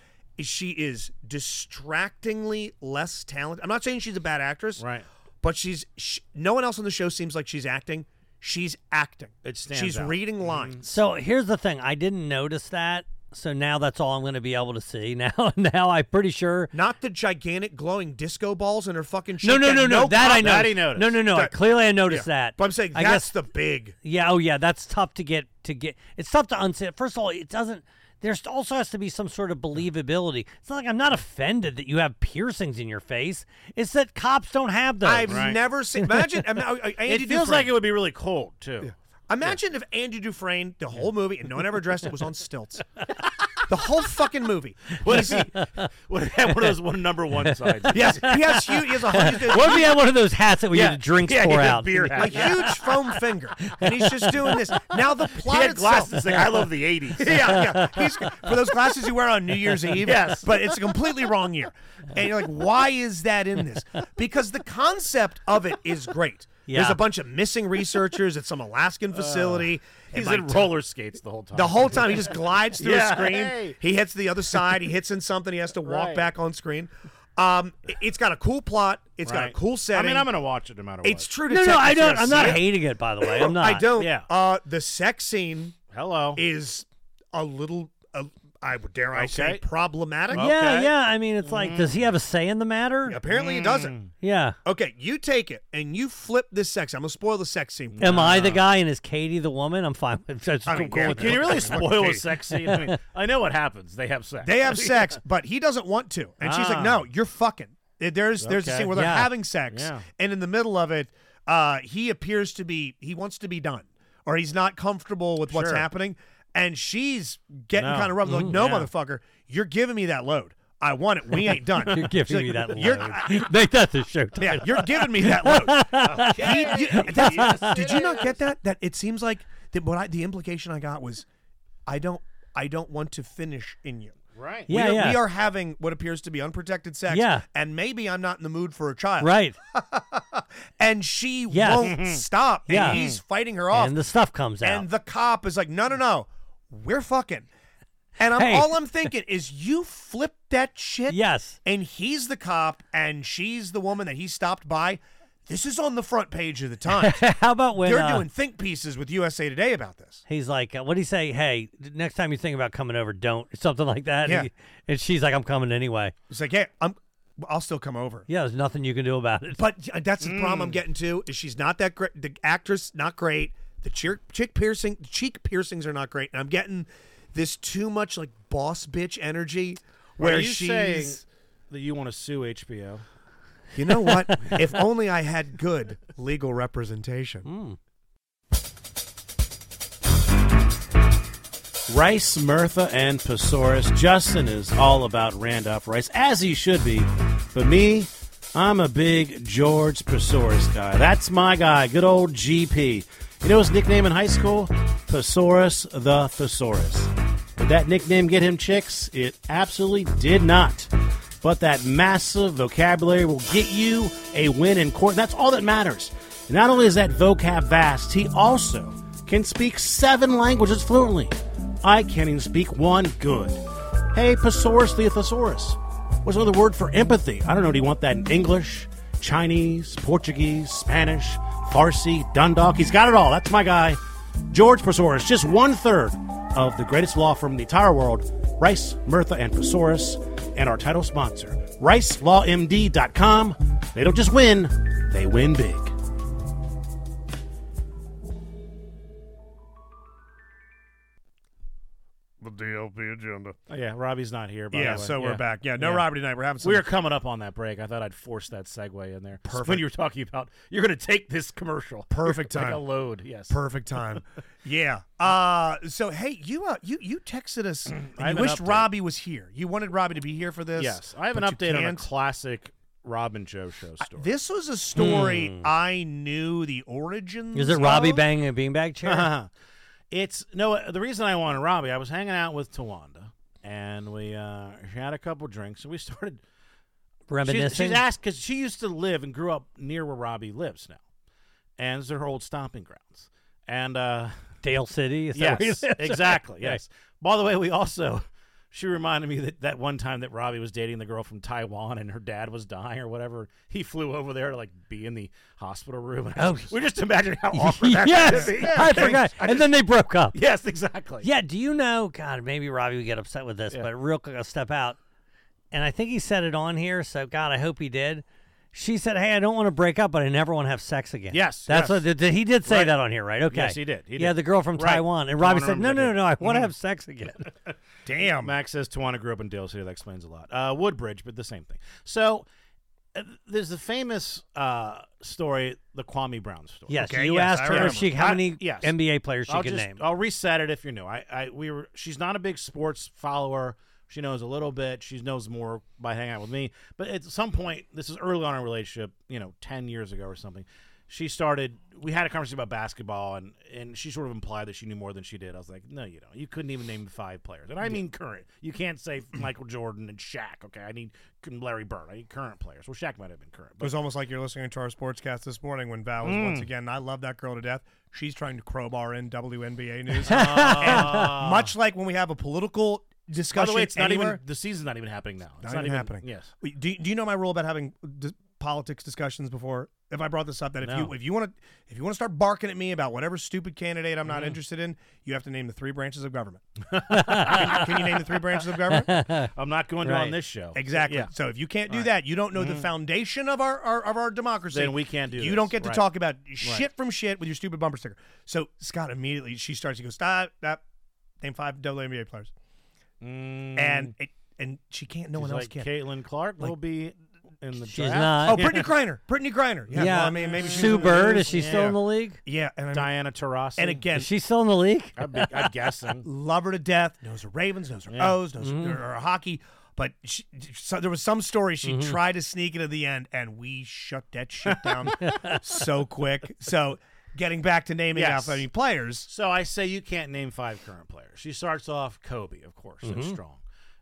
C: She is distractingly less talented. I'm not saying she's a bad actress,
D: Right.
C: But she's sh no one else on the show seems like she's acting. She's acting.
D: It stands
C: She's
D: out.
C: reading lines.
E: So here's the thing. I didn't notice that. So now that's all I'm going to be able to see. Now, now I'm pretty sure.
C: Not the gigantic glowing disco balls in her fucking shit.
E: No, no,
C: that
E: no, no. that I
C: cop-
E: know.
D: That he noticed.
E: No, no, no.
C: That-
E: clearly, I noticed
C: Yeah.
E: that.
C: But I'm saying
E: I
C: that's
E: guess
C: the big.
E: Yeah, oh yeah, that's tough to get to get. It's tough to unsit. First of all, it doesn't. There's also has to be some sort of believability. It's not like I'm not offended that you have piercings in your face. It's that cops don't have those.
C: I've never seen. Imagine. I'm- I- I-
D: It
C: Andy
D: feels
C: Dufresne.
D: like it would be really cold too.
C: Imagine if Andy Dufresne, the whole movie, and no one ever addressed it, was on stilts. the whole fucking movie.
D: What is he? What if he had one of those one number one sides?
C: Yes, he has huge. He has a huge,
E: What if you had one of those hats that we
D: Yeah.
E: had drinks
D: Yeah,
E: pour
D: yeah,
E: out?
D: beer hat.
C: a huge foam finger, and he's just doing this. Now the
D: He
C: plot
D: had
C: itself.
D: glasses. Like I love the '80s.
C: yeah, yeah. He's, for those glasses you wear on New Year's Eve.
D: Yes.
C: But it's a completely wrong year. And you're like, why is that in this? Because the concept of it is great. There's
E: Yeah.
C: a bunch of missing researchers at some Alaskan facility. and
D: Uh, He's
C: like,
D: in roller skates the whole time.
C: the whole time he just glides through
D: Oh, Yeah.
C: a screen.
D: Hey.
C: He hits the other side. He hits in something. He has to walk
D: Right.
C: back on screen. Um, it- it's got a cool plot. It's got a
D: Right.
C: cool setting.
D: I mean, I'm gonna watch it no matter what.
C: It's true.
E: No, no,
C: Detective
E: I
C: you're
E: don't.
C: gonna
E: I'm not
C: see it.
E: hating it. By the way, I'm not.
C: I don't.
D: Yeah.
C: Uh, the sex scene
D: hello.
C: is a little, uh, I would dare I
D: Okay.
C: say, problematic.
E: Yeah,
D: Okay.
E: yeah. I mean, it's like, does he have a say in the matter?
C: Mm. Apparently, it
D: Hmm.
C: doesn't.
E: Yeah.
C: Okay, you take it and you flip this sex. I'm gonna spoil the sex scene.
E: Am I the guy and is Katie the woman? I'm fine. with that's
C: I mean,
E: cool
C: yeah,
E: with
D: Can you
E: it.
D: really spoil
C: Okay.
D: a sex scene? I, mean, I know what happens. They have sex.
C: They have sex, but he doesn't want to, and she's
D: Ah.
C: like, "No, you're fucking." There's there's a
D: Okay.
C: scene where they're
E: Yeah.
C: having sex,
D: Yeah.
C: and in the middle of it, uh, he appears to be he wants to be done, or he's not comfortable with what's
D: Sure.
C: happening, and she's getting
D: No.
C: kind of rough. Like, no,
D: yeah.
C: motherfucker, you're giving me that load. I want it. We ain't done.
E: You're giving me
C: She's like,
E: that
C: "You're-
E: load. Make that the show title.
C: Yeah, you're giving me that load. He- you- that's- did you not get that? That it seems like that what I, the implication I got was, I don't, I don't want to finish in you.
D: Right.
E: Yeah,
C: we are,
E: yeah.
C: we are having what appears to be unprotected sex.
E: Yeah.
C: and maybe I'm not in the mood for a child.
E: Right.
C: and she
E: Yes.
C: won't stop.
E: Yeah.
C: and he's fighting her off.
E: And the stuff comes out.
C: And the cop is like, no, no, no, we're fucking. And I'm,
E: Hey.
C: all I'm thinking is, you flipped that shit.
E: Yes.
C: And he's the cop, and she's the woman that he stopped by. This is on the front page of the Times.
E: How about when
C: They're
E: uh,
C: doing think pieces with USA Today about this.
E: he's like, uh, what do you say? Hey, d- next time you think about coming over, don't. or Something like that.
C: Yeah.
E: He- and she's like, I'm coming anyway.
C: It's like, hey, I'm, I'll still come over.
E: Yeah, there's nothing you can do about it.
C: But uh, that's the problem
D: Mm.
C: I'm getting to is she's not that great. The actress not great. The cheek cheek piercing cheek piercings are not great, and I'm getting this too much like boss bitch energy where
D: Are you
C: she's.
D: saying that you want to sue HBO?
C: You know what? if only I had good legal representation.
D: Mm. Rice, Mirtha, and Pesaurus. Justin is all about Randolph Rice, as he should be. But me, I'm a big George Pesaurus guy. That's my guy, good old GP. You know his nickname in high school? Pesaurus the Thesaurus. Did that nickname get him chicks? It absolutely did not. But that massive vocabulary will get you a win in court. That's all that matters. And not only is that vocab vast, he also can speak seven languages fluently. I can't even speak one good. Hey, Pesaurus the Thesaurus. What's another word for empathy? I don't know. Do you want that in English, Chinese, Portuguese, Spanish, Farsi, Dundalk? He's got it all. That's my guy, George Pesaurus. Just one third of the greatest law firm in the entire world, Rice, Murtha, and Pesaurus, and our title sponsor, RiceLawMD.com. They don't just win, they win big.
A: The DLP agenda.
D: Oh, yeah, Robbie's not here. By
C: Yeah,
D: the way.
C: so we're back. Yeah, no
D: Yeah.
C: Robert tonight. We're having some.
D: We were coming up on that break. I thought I'd force that segue in there. Perfect. When you were talking about you're going to take this commercial.
C: Perfect
D: Like
C: time.
D: a load. Yes.
C: Perfect time. yeah. Uh so hey, you uh, you you texted us and
D: I have
C: you
D: an
C: wished
D: update.
C: Robbie was here. You wanted Robbie to be here for this.
D: Yes, I have an
C: but you
D: update on a
C: can't.
D: classic Robin Joe show
C: I-
D: story.
C: This was a story I knew the origins.
E: Hmm. Is it Robbie
C: of?
E: banging a beanbag
D: uh-huh.
E: chair?
D: it's no. The reason I wanted Robbie, I was hanging out with Tawanda, and we uh, she had a couple drinks, and we started She's,
E: Reminiscing.
D: she's asked because she used to live and grew up near where Robbie lives now, and it's her old stomping grounds. And uh,
E: Dale City. Is that where he
D: yes,
E: lives?
D: exactly. Yes. By the way, we also She reminded me that that one time that Robbie was dating the girl from Taiwan and her dad was dying or whatever. He flew over there to like be in the hospital room. And I was-
E: Oh.
D: we're just imagining how awkward that
E: yes,
D: would be.
E: I forgot.
D: I
E: and then they broke up.
D: Yes, exactly.
E: Yeah, do you know? God, maybe Robbie would get upset with this,
D: Yeah.
E: but real quick, I'll step out. And I think he said it on here, so God, I hope he did. She said, "Hey, I don't want to break up, but I never want to have sex again."
D: Yes,
E: that's
D: yes.
E: what did, he did say
D: Right.
E: that on here, right? Okay,
D: Yes, he did, he
E: yeah,
D: did.
E: the girl from
D: Right.
E: Taiwan,
D: Come
E: and
D: on,
E: Robbie said,
D: remember
E: "No, no,
D: that Mm-hmm. day."
E: no, no, I want to have sex again."
D: Damn. Max says Tawana grew up in Dale City. That explains a lot. Uh, Woodbridge, but the same thing. So uh, there's the famous uh, story, the Kwame Brown story.
E: yes,
A: Okay,
E: you
A: yes, I
E: asked her if
A: remember.
E: she how
D: I-
E: many
D: yes.
E: NBA players she
D: I'll
E: could
D: just,
E: name.
D: I'll reset it if you're new. I, I we were she's not a big sports follower. She knows a little bit. She knows more by hanging out with me. But at some point, this is early on in our relationship, you know, ten years ago or something. She started. We had a conversation about basketball, and and she sort of implied that she knew more than she did. I was like, no, you don't. You couldn't even name five players, and I mean current. You can't say Michael Jordan and Shaq. Okay, I need Larry Bird. I need current players. Well, Shaq might have been current,
C: It
D: but
C: was almost like you're listening to our sportscast this morning when Val was once
E: Hmm.
C: again. and I love that girl to death. She's trying to crowbar in WNBA news, And much like when we have a political
D: Ah. by
C: discussion.
D: the way, it's not
C: anywhere-
D: even the season's not even happening now. It's
C: not, even happening.
D: Yes.
C: Wait, Do, do you know my rule about having dis- politics discussions before? If I brought this up, that if
D: No.
C: you if you want to if you want to start barking at me about whatever stupid candidate I'm not
D: Hmm.
C: interested in, you have to name the three branches of government. can, can you name the three branches of government?
D: I'm not going to on
E: Right.
D: this show.
C: Exactly.
D: Yeah. Mm-hmm.
C: So if you can't do that, you don't know the foundation of our, our of our democracy.
D: Then we can't do
C: You
D: this.
C: don't get to
D: Right.
C: talk about shit from shit with your stupid bumper sticker. So Scott immediately she starts. He goes stop stop. Name five WNBA players, and it, and she can't. No one
D: Mm-hmm.
C: else
D: She's Mm.
C: can.
D: like Caitlin Clark will be in the
E: She's
D: draft.
E: not.
C: Oh, Brittany Griner. Brittany Griner. Yeah. well, I mean, maybe she's
E: Sue
C: in the
E: Bird
C: news.
E: is she still
C: Yeah.
E: in the league?
C: Yeah, and, I mean-
D: Diana Taurasi.
C: and again,
E: Is she still in the league?
D: I'd be, I'm guessing.
C: love her to death. Knows her Ravens, knows her O's, knows
D: Mm-hmm.
C: her, her hockey. But she, so there was some story she
D: Mm-hmm.
C: tried to sneak into the end, and we shut that shit down so quick. So, getting back to naming
D: Yes.
C: out any players,
D: So I say you can't name five current players. She starts off Kobe, of course,
C: Mm-hmm.
D: so strong.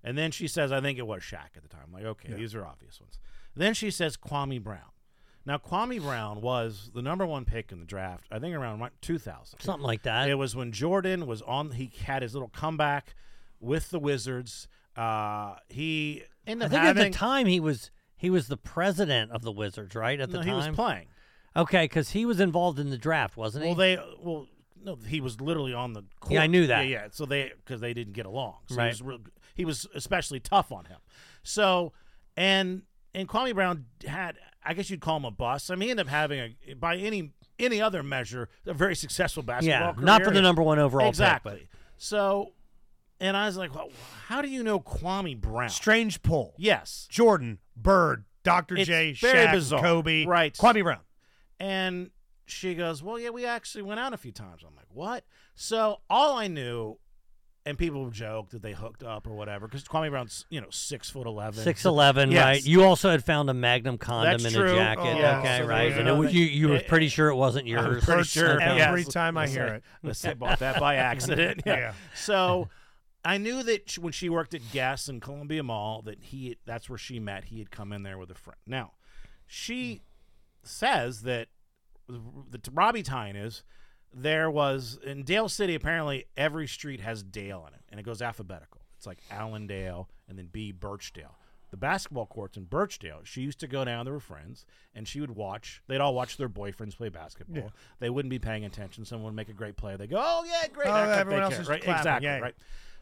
D: And then she says, I think it was Shaq at the time. like, okay, these are obvious ones. Then she says Kwame Brown. Now, Kwame Brown was the number one pick in the draft, I think around 2000.
E: Something like that.
D: It was when Jordan was on. He had his little comeback with the Wizards. Uh, he ended
E: I
D: up
E: think at
D: having.
E: the time he was he was the president of the Wizards, right? At the
D: no, he
E: time,
D: was playing.
E: okay, because he was involved in the draft, wasn't he?
D: Well, they well no, he was literally on the court.
E: I knew that.
D: Yeah, yeah. So they because they didn't get along. So
E: Right.
D: He was, real, he was especially tough on him. So and and Kwame Brown had I guess you'd call him a bust. I mean, he ended up having a by any any other measure a very successful basketball
E: yeah,
D: career.
E: not for the number one overall
D: exactly.
E: pick,
D: So and I was like, well, how do you know Kwame Brown?
C: strange pull.
D: Yes.
C: Jordan, Bird, Dr.
D: It's
C: J,
D: very
C: Shaq,
D: bizarre.
C: Kobe,
D: Right.
C: Kwame Brown.
D: And she goes, Well, yeah, we actually went out a few times. I'm like, What? So all I knew, and people would joke that they hooked up or whatever, because Kwame Brown's, you know, six foot eleven.
E: six eleven,
D: Yes.
E: right? You also had found a Magnum condom
D: That's
E: in
D: true.
E: a jacket,
D: Oh, yeah.
E: okay,
D: So
E: right?
D: there's
E: And it, was-
D: another-
E: you you were
D: it-
E: pretty sure it wasn't
D: I'm
E: yours.
D: pretty
C: Hurts
D: sure
C: every
D: yes.
C: time I
D: Let's
C: hear
D: say-
C: it.
D: Let's say bought that by accident. Yeah.
C: Yeah.
D: So I knew that sh- when she worked at Guess in Columbia Mall that he that's where she met. He had come in there with a friend. Now, she says that the, the Robbie tie-in is there was in Dale City. Apparently, every street has Dale in it, and it goes alphabetical. It's like Allendale and then B Birchdale. The basketball courts in Birchdale. She used to go down. They were friends, and she would watch. They'd all watch their boyfriends play basketball. They wouldn't be paying attention. Someone would make a great play. They go, "Oh yeah, great!"
C: Oh,
D: Act like
C: everyone
D: they
C: else
D: care,
C: is
D: right?
C: clapping.
D: Exactly
C: Yeah, yeah.
D: right.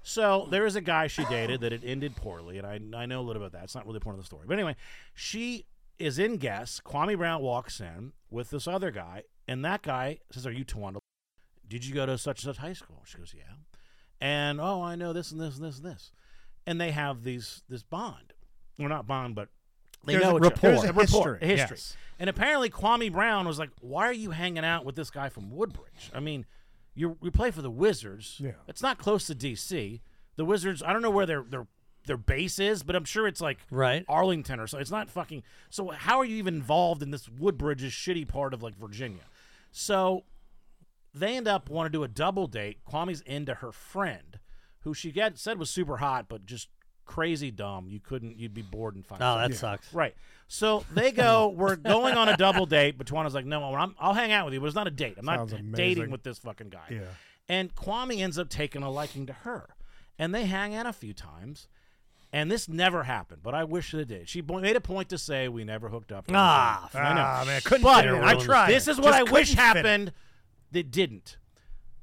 D: So there is a guy she dated that it ended poorly, and I, I know a little about that. It's not really the point of the story. But anyway, she is in Guess. Kwame Brown walks in with this other guy, and that guy says, Are you Tawanda? Did you go to such and such high school? She goes, Yeah. And oh, I know this and this and this and this. And they have these this bond. Well, not bond, but they
C: There's a
D: know each other.
C: rapport. There's a
D: rapport,
C: history,
D: history.
C: yes.
D: And apparently Kwame Brown was like, Why are you hanging out with this guy from Woodbridge? I mean, you you play for the Wizards.
C: Yeah.
D: It's not close to DC. The Wizards, I don't know where their their their base is, but I'm sure it's like
E: Right.
D: Arlington or so. It's not fucking so how are you even involved in this Woodbridge's shitty part of like Virginia? So they end up wanting to do a double date. Kwame's into her friend, who she get, said was super hot, but just crazy dumb. You couldn't, you'd be bored in five.
E: Oh, that
D: seconds.
E: sucks.
D: Right. So they go, we're going on a double date, but Twana's like, no, I'm, I'll hang out with you, but it's not a date. I'm
B: Sounds
D: not
B: amazing.
D: dating with this fucking guy.
B: Yeah.
D: And Kwame ends up taking a liking to her. and they hang out a few times. And this never happened, but I wish it did. She bo- made a point to say we never hooked up.
E: Ah,
D: I know.
C: Ah, man, I couldn't
D: But
C: fit it in. I tried.
D: This is what
C: Just
D: I wish
C: couldn't fit it.
D: happened. That didn't.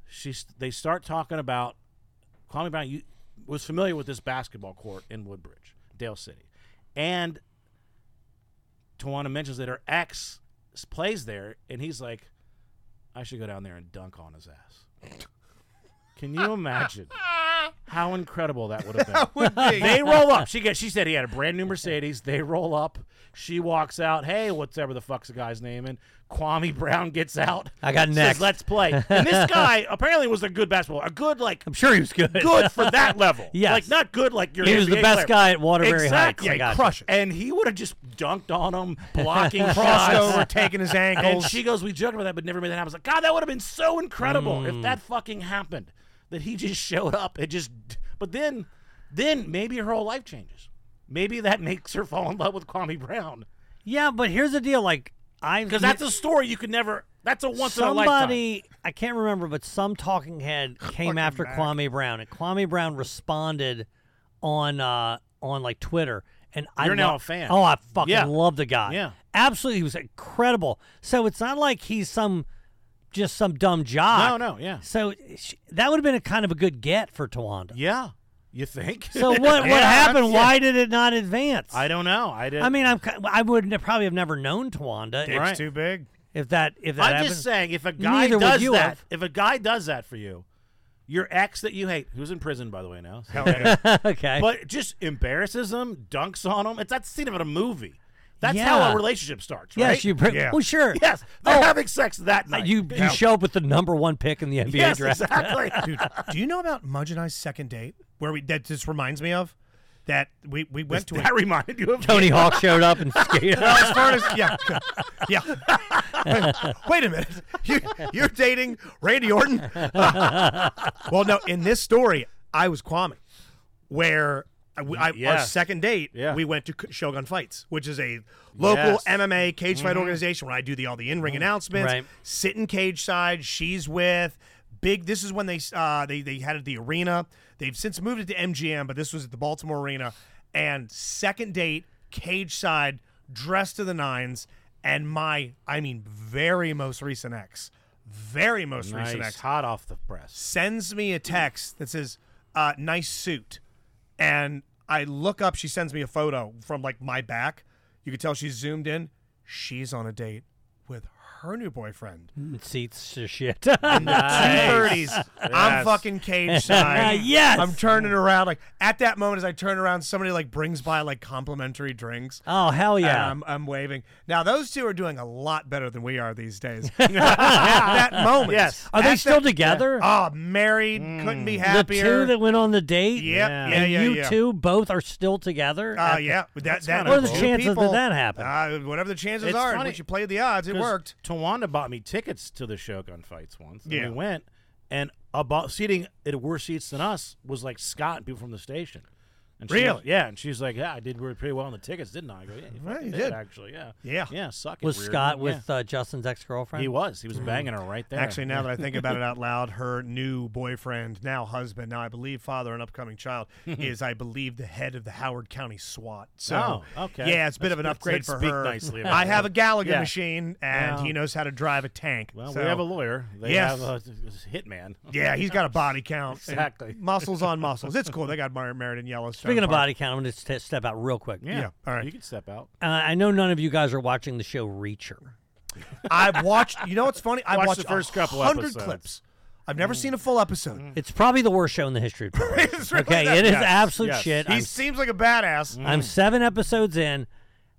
D: She. s- They start talking about. Kwame Brown you, was familiar with this basketball court in Woodbridge, Dale City, and Tawana mentions that her ex s- plays there, and he's like, "I should go down there and dunk on his ass." Can you imagine how incredible that would have been?
C: Would be.
D: they roll up. She gets. She said he had a brand new Mercedes. They roll up. She walks out. Hey, whatever the fuck's the guy's name? And Kwame Brown gets out.
E: I got next.
D: Says, Let's play. And this guy apparently was a good basketball. A good like
E: I'm sure he was good.
D: good for that level.
E: Yes.
D: Like not good like your.
E: He was the
D: NBA
E: best
D: player.
E: guy at Waterbury
D: Exactly.
E: Heights. I got you.
D: Crush it. And he would have just dunked on him, blocking
C: crossed
D: shots.
C: over, taking his
D: And
C: ankles.
D: she goes, "We joked about that, but never made that happen." I was like, "God, that would have been so incredible
E: Mm.
D: if that fucking happened. That he just showed up and just." But then, then maybe her whole life changes. Maybe that makes her fall in love with Kwame Brown
E: Yeah, but here's the deal. Like I
D: because that's a story you could never. That's a once in a lifetime.
E: somebody I can't remember, but some talking head came after Kwame Brown, and Kwame Brown responded on uh on like Twitter. And I
D: You're now
E: lo-
D: a fan.
E: Oh, I fucking
D: Yeah.
E: love the guy.
D: Yeah.
E: absolutely, he was incredible. So it's not like he's some just some dumb jock.
D: No, no, yeah,
E: So sh that would have been a kind of a good get for Tawanda.
D: yeah. You think?
E: So what what
D: Yeah,
E: happened?
D: that's-
E: Why did it not advance?
D: I don't know. I didn't.
E: I mean, I'm ki- I would ne- probably have never known Tawanda
D: Right.
E: if,
C: It's too big.
E: if that if that
D: I'm
E: happened.
D: just saying, if a guy
E: Neither would
D: does
E: you
D: that,
E: have.
D: if a guy does that for you, your ex that you hate, who's in prison by the way now,
C: Hell yeah.
E: okay,
D: but just embarrasses him, dunks on him. It's that scene of it a movie. That's
E: Yeah.
D: how a relationship starts, right?
E: yes, you. Bring,
C: Yeah.
E: Well, sure.
D: Yes, they're
E: Oh.
D: having sex that
E: Uh,
D: night.
E: You you
D: Yeah.
E: show up with the number one pick in the NBA
D: yes,
E: draft.
D: exactly.
C: Dude, do you know about Mudge and I's second date? Where we that just reminds me of that we we went to
D: that reminded you of
E: Tony Hawk showed up and skated.
C: a as far as yeah yeah. Wait, wait a minute, you, you're dating Randy Orton? well, no. In this story, I was Kwame, where. I, I, Our
D: Yes.
C: second date,
D: Yeah.
C: we went to Shogun Fights, which is a local
D: Yes.
C: MMA cage fight organization where I do the all the in ring announcements,
E: Right.
C: sitting cage side. She's with big. This is when they uh, they they had it at the arena. They've since moved it to MGM, but this was at the Baltimore Arena. And second date, cage side, dressed to the nines. And my, I mean, very most recent ex, very most recent
D: Nice,
C: ex
D: hot off the press.
C: sends me a text that says, uh, nice suit. And I look up, she sends me a photo from like my back. You can tell she's zoomed in. She's on a date with her new boyfriend.
E: Seats to shit.
C: Two thirties. I'm fucking cage side.
E: Yes.
C: I'm turning around. Like at that moment, as I turn around, somebody like brings by like complimentary drinks.
E: oh hell
C: and
E: yeah!
C: I'm, I'm waving. Now those two are doing a lot better than we are these days. at that moment.
D: Yes.
E: Are they
C: At
E: still
C: that-
E: together? Mm.
C: Oh, married. Couldn't be
E: the
C: happier.
E: two that went on the
C: Yep,
E: date.
D: Yeah.
C: Yeah.
E: And
C: yeah,
E: you
C: yeah.
E: two both are still together.
C: Oh, yeah. That, that,
D: kinda What are
E: the
C: two
E: chances that
C: people-
E: that happened?
C: Uh, whatever the chances
D: It's
C: are.
D: funny,
C: Once you played the odds, it
D: 'Cause
C: worked.
D: Tawanda bought me tickets to the Shogun fights once. And
C: Yeah.
D: we went, and about seating at worse seats than us was like Scott and people from the station. And she was-
C: Really?
D: yeah. And she's like, "Yeah, I did really pretty well on the tickets, didn't I?" I go, "Yeah, you,
C: Well,
D: fucking
C: you
D: did,
C: did.
D: actually. Yeah,
C: Yeah.
D: yeah. Suck it,
E: was
D: Reardon.
E: Scott
D: Yeah.
E: with uh, Justin's ex girlfriend?
D: He was. He was banging her right there.
C: Mm-hmm. Actually, now that I think about it out loud, her new boyfriend, now husband, now I believe father and upcoming child, is I believe the head of the Howard County SWAT. So,
D: Oh, okay.
C: yeah, it's a bit of an
D: That's-
C: upgrade
D: that's
C: for
D: speak
C: her.
D: nicely about
C: I have a Gallagher
D: Yeah.
C: machine, and
D: Well-
C: he knows how to drive a tank.
D: Well,
C: So,
D: we have a lawyer. They
C: Yes.
D: have a hitman.
C: yeah, he's got a body count. and
D: Exactly.
C: muscles on muscles. It's cool. They got mar- married in Yellowstone.
E: Speaking of
C: Park.
E: body count, I'm going to st- step out real quick.
C: Yeah, all right.
D: You can step out.
E: Uh, I know none of you guys are watching the show Reacher.
C: I've watched. You know what's funny? I've
D: Watched
C: watched
D: the first couple
C: 100
D: episodes. Mm.
C: clips. I've never seen a full episode.
E: It's probably the worst show in the history of television.
C: It's really
E: okay,
C: not-
E: it is
C: yes,
E: absolute
D: yes.
E: shit.
C: He
E: I'm
C: seems like a badass.
D: Mm.
E: I'm seven episodes in.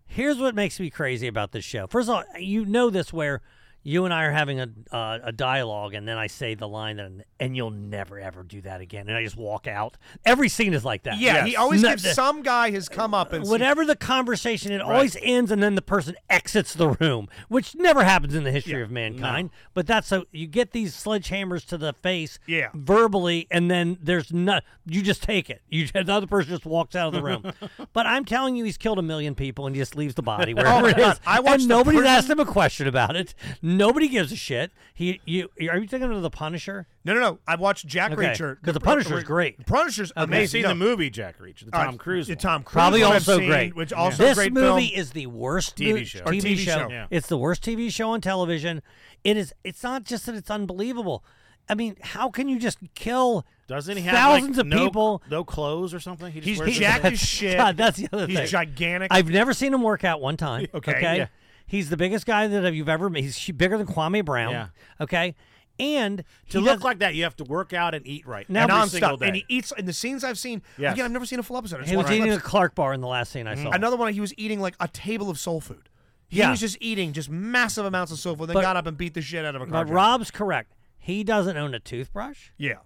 E: Here's what makes me crazy about this show. First of all, you know this where you and I are having a uh, a dialogue, and then I say the line that, and you'll never ever do that again, and I just walk out. Every scene is like that.
C: Yeah, he always
E: No-
C: gives some guy his come up and
E: Whatever the conversation, it always ends, and then the person exits the room, which never happens in the history of mankind. But that's so you get these sledgehammers to the face,
C: Yeah.
E: verbally, and then there's no. You just take it. You the other person just walks out of the room. but I'm telling you, he's killed a million people, and he just leaves the body wherever it
C: Oh God.
E: is,
C: I watched
E: and
C: the
E: nobody's
C: prison-
E: asked him a question about it. Nobody gives a shit. He, you, are you taking him to the Punisher?
C: No, no, no. I watched Jack
E: Okay,
C: Reacher
E: 'cause The Punisher's great.
C: The Punisher's
E: Okay.
C: amazing.
E: You've
D: seen
C: No.
D: the movie Jack Reacher, the
C: All
D: Tom
C: right,
D: Cruise
C: The
D: one.
C: Tom Cruise
E: Probably
C: one I've
E: also
C: seen,
E: great.
C: which also
E: this
C: great film.
E: movie is the worst
D: TV
E: mo-
D: show.
E: TV,
D: Or
C: TV
E: show.
C: show.
D: Yeah.
E: It's the worst TV show on television. It is. It's not just that it's unbelievable. I mean, how can you just kill
D: Doesn't he have
E: thousands
D: like,
E: of
D: no,
E: people?
D: no clothes or something? He just
C: He's
D: wears a-
C: jacked as shit.
E: God, that's the other
C: He's
E: thing.
C: gigantic.
E: I've never seen him work out one time.
C: Okay,
E: Okay.
C: yeah.
E: He's the biggest guy that you've ever met. He's hu- bigger than Kwame Brown.
D: Yeah.
E: Okay. And
D: To
E: he
D: look
E: does-
D: like that, you have to work out and eat right
E: Now-
D: every
E: Nonstop.
D: single day.
C: And he eats in the scenes I've seen.
D: Yes.
C: Again, I've never seen a full episode. I just
E: he was
C: watched
E: eating a
C: clips.
E: Clark bar in the last scene I saw.
C: Another one, he was eating like a table of soul food. He
E: Yeah.
C: was just eating just massive amounts of soul food. Then
E: But-
C: got up and beat the shit out of a car.
E: But Uh, Rob's correct. He doesn't own a toothbrush.
C: yeah,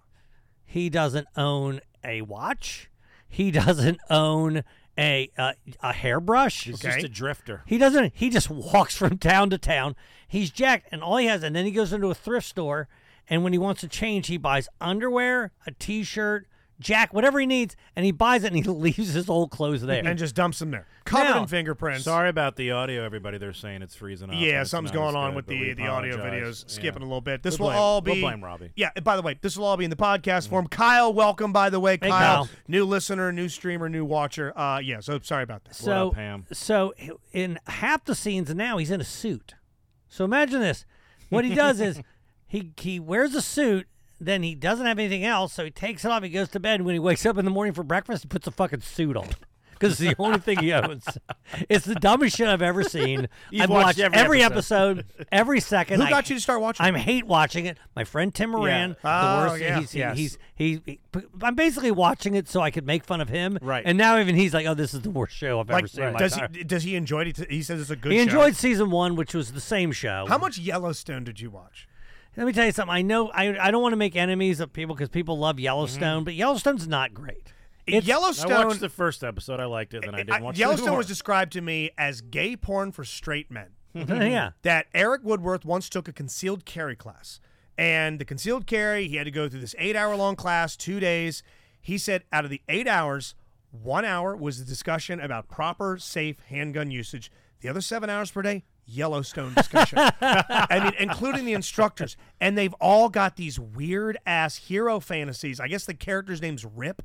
E: He doesn't own a watch. He doesn't own a a, a hairbrush.
D: He's
C: Okay.
D: just a drifter.
E: He doesn't. He just walks from town to town. He's jacked, and all he has, and then he goes into a thrift store, and when he wants to change, he buys underwear, a T-shirt, jack, whatever he needs, and he buys it, and he leaves his old clothes there.
C: and just dumps them there, covered
E: Now-
C: in fingerprints.
D: Sorry about the audio, everybody. They're saying it's freezing up.
C: Yeah,
D: It's
C: something's
D: not as
C: going on
D: good,
C: with
D: but we
C: the, the audio
D: apologize.
C: videos, skipping
D: Yeah.
C: a little bit. This
D: We'll
C: will
D: blame-
C: all be.
D: we'll blame Robbie.
C: Yeah, and by the way, this will all be in the podcast form. Kyle, welcome, by the way.
E: Hey, Kyle.
C: new listener, new streamer, new watcher. Uh, Yeah, so sorry about this.
E: so,
D: up, Pam?
E: so in half the scenes now, he's in a suit. So imagine this. What he does is he he wears a suit. Then he doesn't have anything else, so he takes it off. He goes to bed. When he wakes up in the morning for breakfast, he puts a fucking suit on because it's the only thing he owns. It's the dumbest shit I've ever seen.
D: You've
E: I've
D: watched
E: watched,
D: every
E: every episode, every second.
C: Who
E: I-
C: got you to start watching?
E: I'm hate watching it. My friend Tim Moran,
C: Oh,
E: the worst.
C: yeah.
E: He's, he-
C: Yes.
E: he's he, he- I'm basically watching it so I could make fun of him.
D: Right.
E: And now even he's like, "Oh, this is the worst show I've
C: like,
E: ever seen." in my
C: does
E: entire-"
C: he does he enjoy it? He says it's a good.
E: He
C: show.
E: enjoyed season one, which was the same show.
C: How much Yellowstone did you watch?
E: Let me tell you something. I know I I don't want to make enemies of people because people love Yellowstone,
C: Mm-hmm.
E: but Yellowstone's not great. It's-
C: Yellowstone.
D: I watched the first episode. I liked it, then I
C: I-
D: didn't watch
C: Yellowstone
D: the
C: was described to me as gay porn for straight men.
D: Hmm.
E: yeah.
C: that Eric Woodworth once took a concealed carry class. And the concealed carry, he had to go through this eight hour long class, two days. He said out of the eight hours, one hour was the discussion about proper, safe handgun usage. The other seven hours per day, Yellowstone discussion. I mean, including the instructors. And they've all got these weird ass hero fantasies. I guess the character's name's Rip.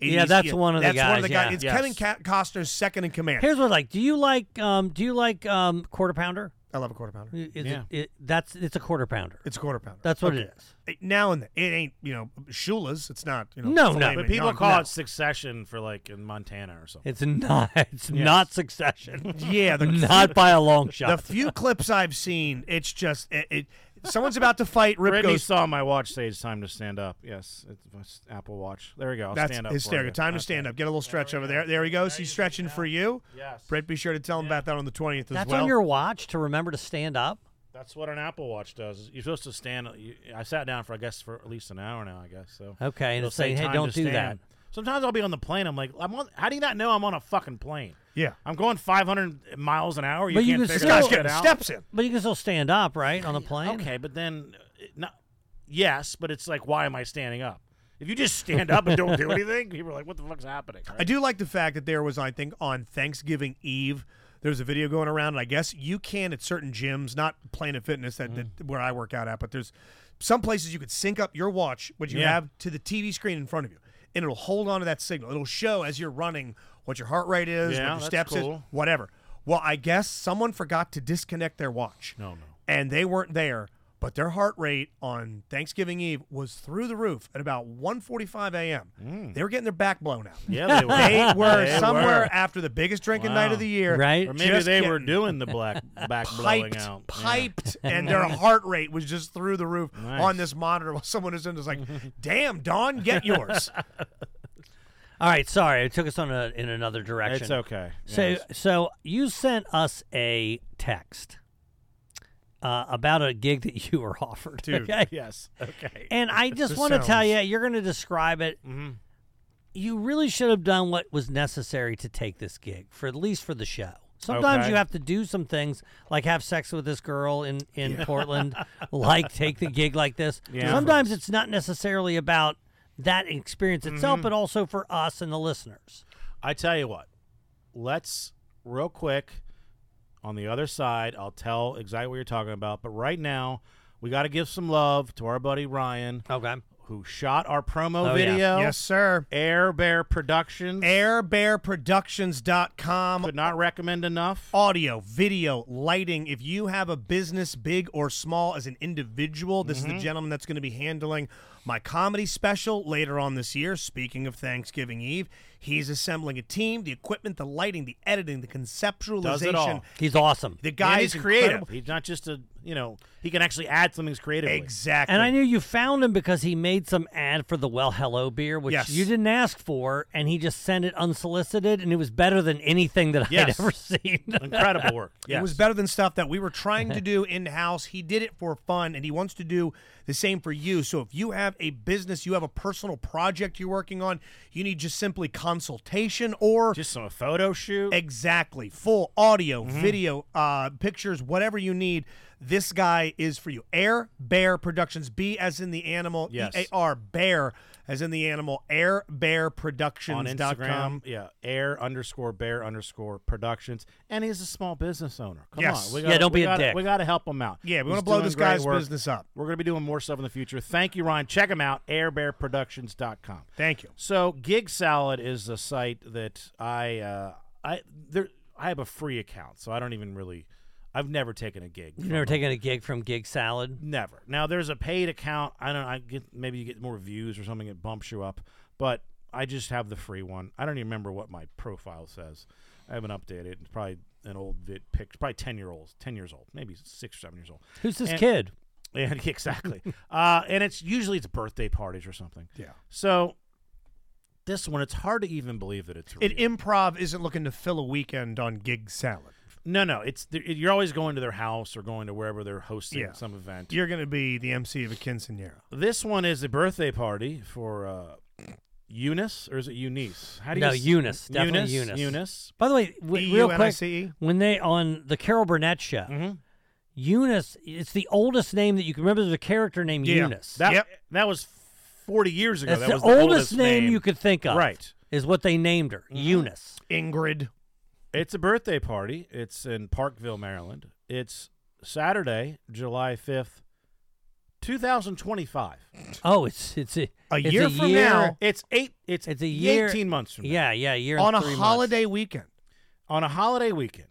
C: And
E: Yeah,
C: he's-
E: that's one of the
C: that's One of the
E: guys, yeah.
C: guys. It's
D: Yes.
C: Kevin Ca- Costner's second in command.
E: Here's what I like. Do you like um do you like um quarter pounder?
C: I love a quarter pounder.
E: Is
D: Yeah.
E: it, it that's it's a quarter pounder.
C: It's a quarter pounder.
E: That's what it is.
C: it- now and then. It ain't, you know, Shula's. It's not, you know.
E: No,
C: filet
E: no,
D: But
C: mignon.
D: people call
C: No.
D: it Succession for like in Montana or something.
E: It's not it's not succession.
C: Yeah, the,
E: not by a long
C: the
E: shot.
C: few clips I've seen, it's just it. it someone's about to fight. Rip
D: Brittany
C: goes.
D: saw my watch say it's time to stand up. Yes, it's my s- Apple Watch. There we go. I'll
C: That's
D: stand up. for
C: hysterical.
D: you.
C: Time to
D: Okay.
C: stand up. Get a little stretch over there. There he goes. He's stretching for you.
D: Yes.
C: Britt, be sure to tell him about that on the twentieth as
E: That's
C: well.
E: on your watch to remember to stand up.
D: That's what an Apple Watch does. You're supposed to stand. You, I sat down for I guess for at least an hour now. I guess so.
E: Okay, and
D: It'll
E: it's
D: say
E: saying, hey,
D: time
E: don't
D: to
E: do
D: stand.
E: that.
D: Sometimes I'll be on the plane. I'm like, I'm on. How do you not know I'm on a fucking plane?
C: yeah.
D: I'm going 500 miles an hour. You
E: But you
D: can't figure
E: can
D: that
E: still- Guys,
D: shit
C: Getting
D: out.
C: steps in.
E: But you can still stand up, right, on a plane?
D: Okay, but then, uh, no, yes, but it's like, why am I standing up? If you just stand up and don't do anything, people are like, what the fuck's happening?
C: I do like the fact that there was, I think, on Thanksgiving Eve, there was a video going around, and I guess you can at certain gyms, not Planet Fitness that,
D: Mm-hmm.
C: that where I work out at, but there's some places you could sync up your watch, what you
D: Yeah.
C: have, to the TV screen in front of you, and it'll hold on to that signal. It'll show as you're running what your heart rate is, what
D: Yeah,
C: your
D: that's
C: steps is,
D: cool.
C: whatever. Well, I guess someone forgot to disconnect their watch.
D: No, no.
C: And they weren't there, but their heart rate on Thanksgiving Eve was through the roof at about 1:45 a.m.
D: Mm.
C: They were getting their back blown out.
D: Yeah, they were.
C: They were
D: They
C: somewhere
D: were.
C: after the biggest drinking night of the year,
E: Right.
D: Or maybe
C: Just
D: they
C: getting
D: were doing the black back blowing
C: Piped,
D: out. Yeah.
C: piped, and their heart rate was just through the roof
D: Nice.
C: on this monitor. While someone is in, is like, "Damn, Don, get yours."
E: All right, sorry, it took us on a, in another direction.
D: It's okay.
E: So,
D: Yes.
E: so you sent us a text uh, about a gig that you were offered,
C: Dude.
E: okay?
D: yes. Okay.
E: And I just
C: This
E: want to tell
C: sounds-
E: you, you're going to describe it. You really should have done what was necessary to take this gig, for at least for the show. Sometimes
D: Okay.
E: you have to do some things, like have sex with this girl in in Portland, like take the gig like this.
D: Yeah.
E: Sometimes it's not necessarily about that experience itself, but also for us and the listeners.
D: I tell you what, let's real quick on the other side. I'll tell exactly what you're talking about. But right now, we got to give some love to our buddy Ryan,
E: Okay.
D: who shot our promo
E: Oh, yeah.
D: video.
C: Yes, sir.
D: Air Bear Productions.
C: Airbearproductions.com
D: Could not recommend enough.
C: audio, video, lighting. If you have a business, big or small, as an individual, this
D: Mm-hmm.
C: is the gentleman that's going to be handling my comedy special later on this year. Speaking of Thanksgiving Eve, he's assembling a team, the equipment, the lighting, the editing, the conceptualization.
D: Does it all.
E: He's awesome.
C: The
D: And
C: guy
D: he's
C: is
D: creative.
C: incredible.
D: He's not just a you know he can actually add something creatively.
C: Exactly.
E: And I knew you found him because he made some ad for the Well Hello beer, which
C: Yes.
E: you didn't ask for, and he just sent it unsolicited, and it was better than anything that
D: Yes.
E: I'd ever seen.
D: Incredible work. Yes.
C: It was better than stuff that we were trying to do in house. He did it for fun, and he wants to do the same for you. So if you have a business, you have a personal project you're working on, you need just simply consultation or
D: just some photo shoot.
C: Exactly. Full audio, video, uh, pictures, whatever you need. This guy is for you. Air Bear Productions. B as in the animal.
D: Yes.
C: E A R Bear as in the animal. Air Bear
D: on
C: Productions dot com.
D: Instagram, yeah, air underscore bear underscore productions, and he's a small business owner. Come
C: Yes.
D: on, we
E: Yeah,
D: gotta,
E: don't
D: we
E: be a
D: gotta,
E: dick.
D: We got to help him out.
C: Yeah, we
D: He's
C: wanna blow
D: doing
C: this
D: great
C: guy's
D: work.
C: business up.
D: We're going to be doing more stuff in the future. Thank you, Ryan. Check him out, airbearproductions.com.
C: Thank you.
D: So, Gig Salad is a site that I uh, I there I have a free account, so I don't even really. I've never taken a gig.
E: You've never taken a gig from Gig Salad?
D: Never. Now there's a paid account. I don't. I get maybe you get more views or something. It bumps you up. But I just have the free one. I don't even remember what my profile says. I haven't updated. it. It's probably an old vid picture. Probably ten year olds. Ten years old. Maybe six or seven years old.
E: Who's this
D: And-
E: kid?
D: And exactly. uh, and it's usually it's birthday parties or something.
B: Yeah.
D: So this one, it's hard to even believe that it's real.
C: It improv isn't looking to fill a weekend on gig salad.
D: no, no. It's you're always going to their house or going to wherever they're hosting
C: Yeah.
D: some event.
C: You're going to be the MC of a quinceanera.
D: This one is a birthday party for uh, Eunice, or is it Eunice? How do you
E: No,
D: s-
E: Eunice, definitely
D: Eunice.
E: Eunice.
D: Eunice.
E: By the way, w- real quick,
C: E-U-N-I-C-E?
E: when they on the Carol Burnett show, Eunice, it's the oldest name that you can remember. There's a character named
C: Yeah.
E: Eunice.
D: That
C: Yep.
D: that was forty years ago.
E: That's
D: that
E: the,
D: was
E: oldest,
D: name,
E: name, you could think of.
D: Right.
E: Is what they named her, Eunice.
C: Ingrid.
D: It's a birthday party. It's in Parkville, Maryland. It's Saturday, July fifth, two thousand twenty-five.
E: Oh, it's it's a,
C: A
E: it's
C: year
E: a
C: from
E: year-
C: now,
D: It's eight. It's
E: It's a year-
D: eighteen months from now.
E: Yeah, yeah, a year and
C: On a
E: three months.
C: holiday weekend.
D: on a holiday weekend,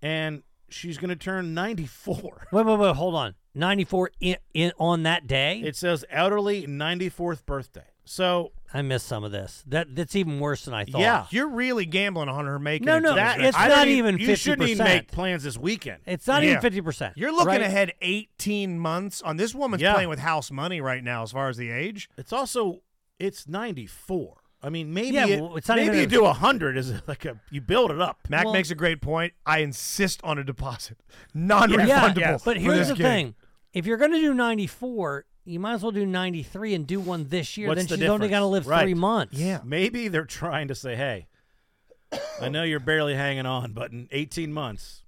D: and she's going to turn ninety-four.
E: Wait, wait, wait, hold on. 94 in, in on that day?
D: It says elderly 94th birthday. So
E: I missed some of this. That that's even worse than I thought.
D: Yeah.
C: You're really gambling on her making
E: No,
C: it
E: no,
C: to this
E: that-
C: next
E: it's
D: I
E: not
D: don't e-
E: even
D: You shouldn't even
E: 50%.
D: make plans this weekend.
E: It's not
C: Yeah.
E: even 50%.
C: You're looking
E: right?
C: ahead 18 months on this woman's
D: Yeah.
C: playing with house money right now as far as the age.
D: It's also it's 94. I mean, maybe
E: Yeah,
D: it-
E: well, it's not
D: maybe
E: even
D: you
E: a-
D: do 100 is like a you build it up.
C: Mac
E: Well-
C: makes a great point. I insist on a deposit. Non-refundable.
E: Yeah,
D: yes.
E: but
C: for
E: here's
C: this
E: the
C: gig.
E: thing. If you're going to do 94, you might as well do 93 and do one this year.
D: What's
E: then
D: the
E: she's only going to
D: difference?
E: live
D: Right.
E: three months.
C: Yeah.
D: Maybe they're trying to say, "Hey, I know you're barely hanging on, but in 18 months,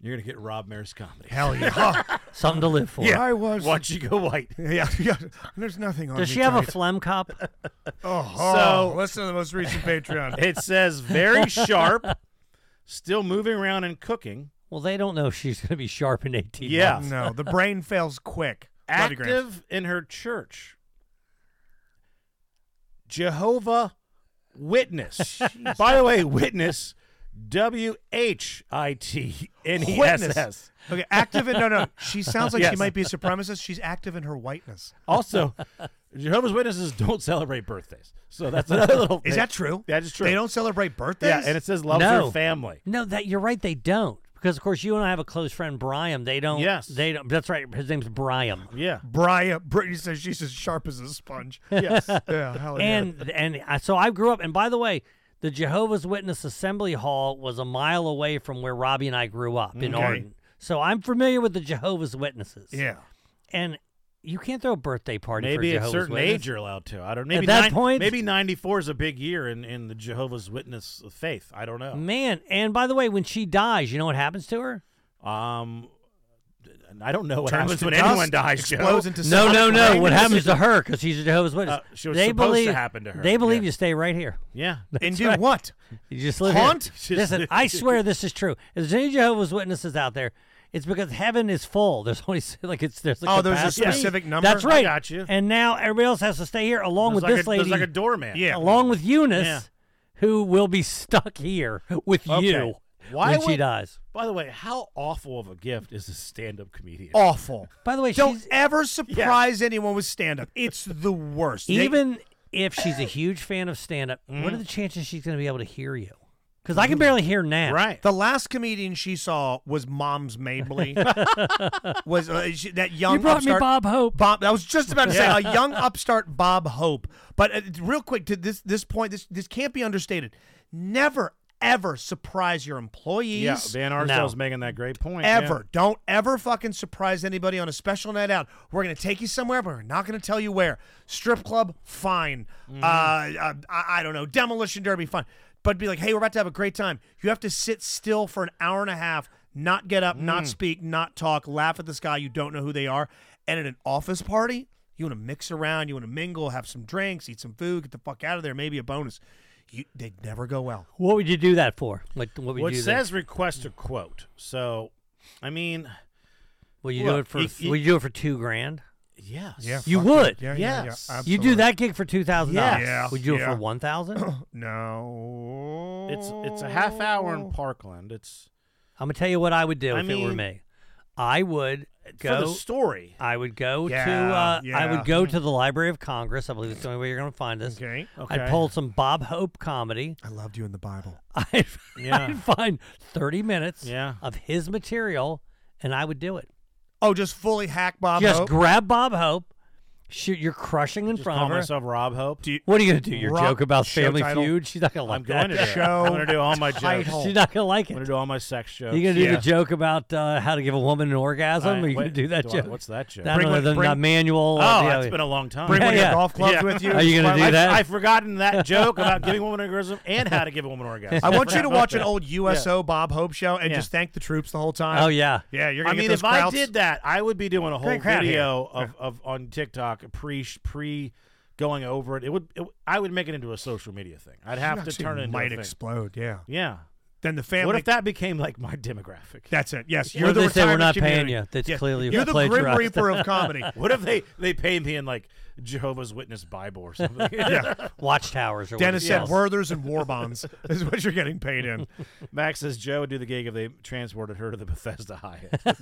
D: you're going to get Rob Maris comedy.
C: Hell yeah.
E: Something to live for.
C: yeah. I was.
D: Once you go white."
C: Yeah, yeah. There's nothing on
E: Does
C: me
E: she have a
C: tonight.
E: phlegm cup?
C: oh,
D: So-
C: so, listen to the most recent Patreon.
D: It says very sharp, still moving around and cooking,
E: Well, they don't know if she's going to be sharp in 18
D: Yeah.
E: months.
C: no, the brain fails quick. Love you, Gramps.
D: active in her church. Jehovah Witness. By the way, Witness, W H I T N E S S.
C: Witness. Okay, active in no, no. She sounds like
D: Yes.
C: she might be a supremacist. She's active in her whiteness.
D: Also, Jehovah's Witnesses don't celebrate birthdays, so that's another little.
C: Is
D: thing.
C: that true?
D: That is true.
C: They don't celebrate birthdays.
D: Yeah, and it says loves
E: No.
D: her family.
E: No, that you're right. They don't. Because of course you and I have a close friend, Brian. They don't.
D: Yes.
E: They don't. That's right. His name's Brian.
D: Yeah.
C: Brian. Brittany says she's as sharp as a sponge.
D: Yes.
C: yeah,
D: Oh,
C: hell yeah.
E: and and I, so I grew up. And by the way, the Jehovah's Witness Assembly Hall was a mile away from where Robbie and I grew up in
C: Okay.
E: Arden. So I'm familiar with the Jehovah's Witnesses.
C: yeah.
E: And you can't throw a birthday party
D: Maybe at
E: for
D: a
E: Jehovah's
D: certain
E: Witness.
D: age you're allowed to. I don't. Maybe
E: that
D: nine-
E: point-
D: maybe 94 is a big year in, in the Jehovah's Witness faith. I don't know.
E: Man, and by the way, when she dies, you know what happens to her?
D: Um, I don't know what
F: Turns
D: happens
F: to
D: when
F: dust,
D: anyone dies. Joe.
C: explodes into
E: No,
C: solid
E: no, no.
C: rain.
E: What happens to her? Because she's a Jehovah's Witness.
D: Uh, she was
E: they
D: supposed to
E: believe,
D: happen to her,
E: They believe
D: yeah.
E: you stay right here.
D: Yeah.
C: And do what?
E: You just live
C: Haunt?
E: Here. Listen, I swear this is true. If there's any Jehovah's Witnesses out there, it's because heaven is full. There's only like it's there's like
C: Oh, there's a specific number?
E: That's
C: I
E: right.
D: got you.
E: And now everybody else has to stay here along
D: There's
E: with
D: like
E: this
D: a,
E: lady,
D: There's like a doorman.
C: Yeah.
E: along with Eunice,
D: Yeah.
E: who will be stuck here with
D: Okay.
E: you
D: Why
E: when she
D: would-
E: dies.
D: By the way, how awful of a gift is a stand-up comedian?
E: Oh,
C: Awful.
E: By the way,
C: Don't
E: she's,
C: ever surprise anyone with stand up. It's the worst. They-
E: even if she's a huge fan of stand up,
D: Mm.
E: what are the chances she's going to be able to hear you? Because I can barely hear now.
D: Right.
C: the last comedian she saw was Mom's Mabley. was uh, she, that young
E: You brought me
C: upstart-
E: Bob Hope.
C: Bob, I was just about to say a young upstart Bob Hope. But uh, real quick to this this point, this this can't be understated. Never ever surprise your employees.
D: yeah, Van Arsel's making that great point. yeah.
C: Ever. Don't ever fucking surprise anybody on a special night out. We're going to take you somewhere, but we're not going to tell you where. Strip club, fine.
G: Mm-hmm.
C: Uh, uh, I, I don't know. Demolition derby, fine. But be like, hey, we're about to have a great time. You have to sit still for an hour and a half, not get up,
G: Mm.
C: not speak, not talk, laugh at this guy. You don't know who they are. And at an office party, you want to mix around, you want to mingle, have some drinks, eat some food, get the fuck out of there, maybe a bonus. You, they'd never go well.
E: What would you do that for? Like, what would you
D: Well, it
E: do?
D: says request a quote. So, I mean,
E: that? Will you do
D: look,
E: it for?
D: you- you-
E: will you do it for two grand?
D: yes.
E: You would.
G: Yeah, yeah,
D: Yes.
G: yeah.
E: You do that gig for two thousand dollars.
F: Yeah,
E: Would you do it
F: yeah.
E: for one thousand? I'm
F: No.
D: It's it's a half hour in Parkland. It's
E: gonna tell you what I would do
D: I
E: if it were
D: mean-
E: me. I would
D: for the
E: go.
D: story.
E: I would go to.
F: Yeah,
E: Uh, I
F: yeah.
E: would go to the Library of Congress. I believe it's the only way you're gonna find this.
F: Okay.
E: I'd pull some Bob Hope comedy.
C: I loved you in the Bible.
E: I'd,
D: Yeah.
E: I'd find thirty minutes
D: Yeah.
E: of his material, and I would do it.
C: Oh, just fully hack Bob
E: Just
C: Hope?
E: grab Bob Hope. Shoot, you're crushing in
D: Just
E: front
D: call
E: of her.
D: myself Rob Hope.
E: What are you gonna do? Your
C: Rob-
E: joke about
C: show
E: Family
C: title.
E: Feud? She's not gonna like
D: I'm going to
E: that.
D: do it.
C: Show
D: I'm going to do all my jokes.
C: title.
E: She's not gonna like
D: I'm going
E: it.
D: to do all my sex jokes.
E: you gonna do
D: Yeah.
E: the joke about uh, how to give a woman an orgasm?
D: I-
E: or you
D: wait,
E: gonna do that
D: I-
E: joke?
D: what's that joke?
E: I don't
C: Bring
E: know,
C: one-
E: the,
C: bring-
E: the manual.
D: oh,
E: uh,
D: that's
E: yeah.
D: been a long time.
C: Bring
E: Yeah,
C: one of your
E: yeah.
C: golf clubs
D: Yeah.
C: with you.
E: Are you gonna do
C: I-
E: that?
D: I've forgotten that joke about giving women orgasm and how to give a woman orgasm.
C: I want you to
D: forgot about
C: watch an
D: that.
C: old USO Bob Hope show and
D: Yeah.
C: just thank the troops the whole time.
E: oh yeah.
F: Yeah, you're
D: I
F: gonna get
D: mean,
F: those
D: if
F: crowds.
D: I did that, I would be doing a whole
E: Great crowd
D: video of, of on TikTok pre pre going over it. It would it, I would make it into a social media thing. I'd have to
C: Actually
D: turn it into a
C: might
D: thing.
C: explode. Yeah.
D: Yeah.
C: Then the family.
D: What if that became like my demographic?
C: That's it. Yes,
E: What
C: you're
E: if
C: the
E: they say we're
C: retirement
E: not paying
C: community.
E: you? That's
C: Yes.
E: clearly
C: you're the grim
E: plagiarized.
C: reaper of comedy.
D: what if they they pay me in like Jehovah's Witness Bible or something?
C: yeah.
E: Watchtowers. Or
C: Dennis
E: whatever.
C: said Werthers and War Bonds is what you're getting paid in.
D: Max says Joe would do the gig if they transported her to the Bethesda Hyatt.
C: Oh,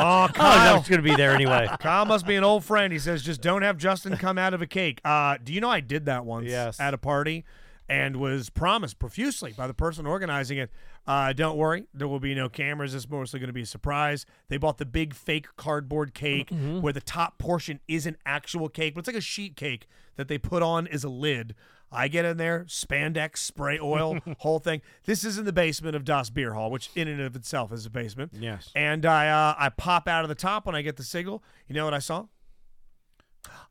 E: Oh, I
C: Kyle.
E: was gonna be there anyway.
C: Kyle must be an old friend. He says, just don't have Justin come out of a cake. Uh, do you know I did that once
D: Yes.
C: at a party and was promised profusely by the person organizing it. Uh, don't worry, there will be no cameras. It's mostly going to be a surprise. They bought the big fake cardboard cake where the top portion isn't actual cake, but it's like a sheet cake that they put on as a lid. I get in there, spandex, spray oil, whole thing. This is in the basement of Das Beer Hall, which in and of itself is a basement.
D: Yes.
C: And I uh, I pop out of the top when I get the signal. You know what I saw?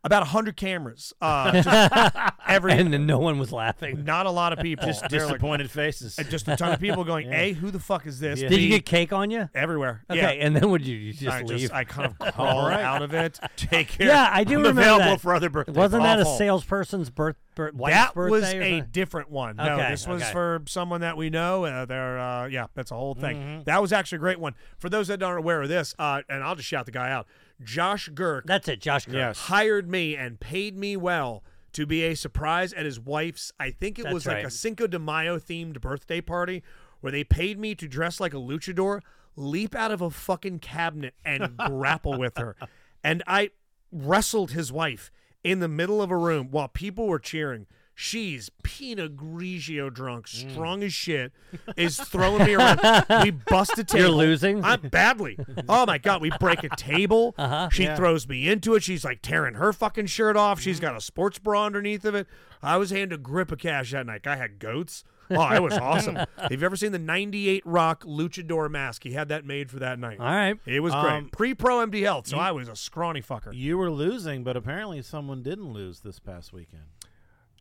C: About hundred cameras. Uh, just every
E: and then no one was laughing.
C: not a lot of people. Just
D: Disappointed faces.
C: just a ton of people going. A, who the fuck is this?
D: Yeah.
E: Did
C: B,
E: you get cake on you?
C: everywhere? Yeah.
E: Okay, and then would you, you just
C: I
E: leave?
C: just I kind of crawl out of it. Take care.
E: yeah, I do
D: I'm
E: remember
D: available
E: that.
D: for other birthday.
E: Wasn't that a
C: Awful.
E: salesperson's birth, birth wife's
C: That
E: birthday?
C: was
E: or
C: a
E: something?
C: different one. No,
E: Okay,
C: this was
E: okay.
C: for someone that we know. Uh, they're, uh, yeah, that's a whole thing.
E: Mm-hmm.
C: That was actually a great one. For those that aren't aware of this, uh, and I'll just shout the guy out. Josh Girk
E: That's it, Josh. Gertz.
D: Yes.
C: hired me and paid me well to be a surprise at his wife's I think it was like
E: right.
C: a Cinco de Mayo themed birthday party where they paid me to dress like a luchador, leap out of a fucking cabinet and grapple with her. And I wrestled his wife in the middle of a room while people were cheering. She's Pinot Grigio drunk,
E: Mm.
C: strong as shit, is throwing me around. We bust a table.
E: losing?
C: I'm badly. Oh my god, we break a table. She throws me into it. She's like tearing her fucking shirt off. She's got a sports bra underneath of it. I was handed a grip of cash that night. I had goats. Oh, it was awesome. Have you ever seen the '98 Rock Luchador mask? He had that made for that night.
E: All right.
C: It was
D: Um,
C: great. Pre-pro MD Health, so I was a scrawny fucker.
D: You were losing, but apparently someone didn't lose this past weekend.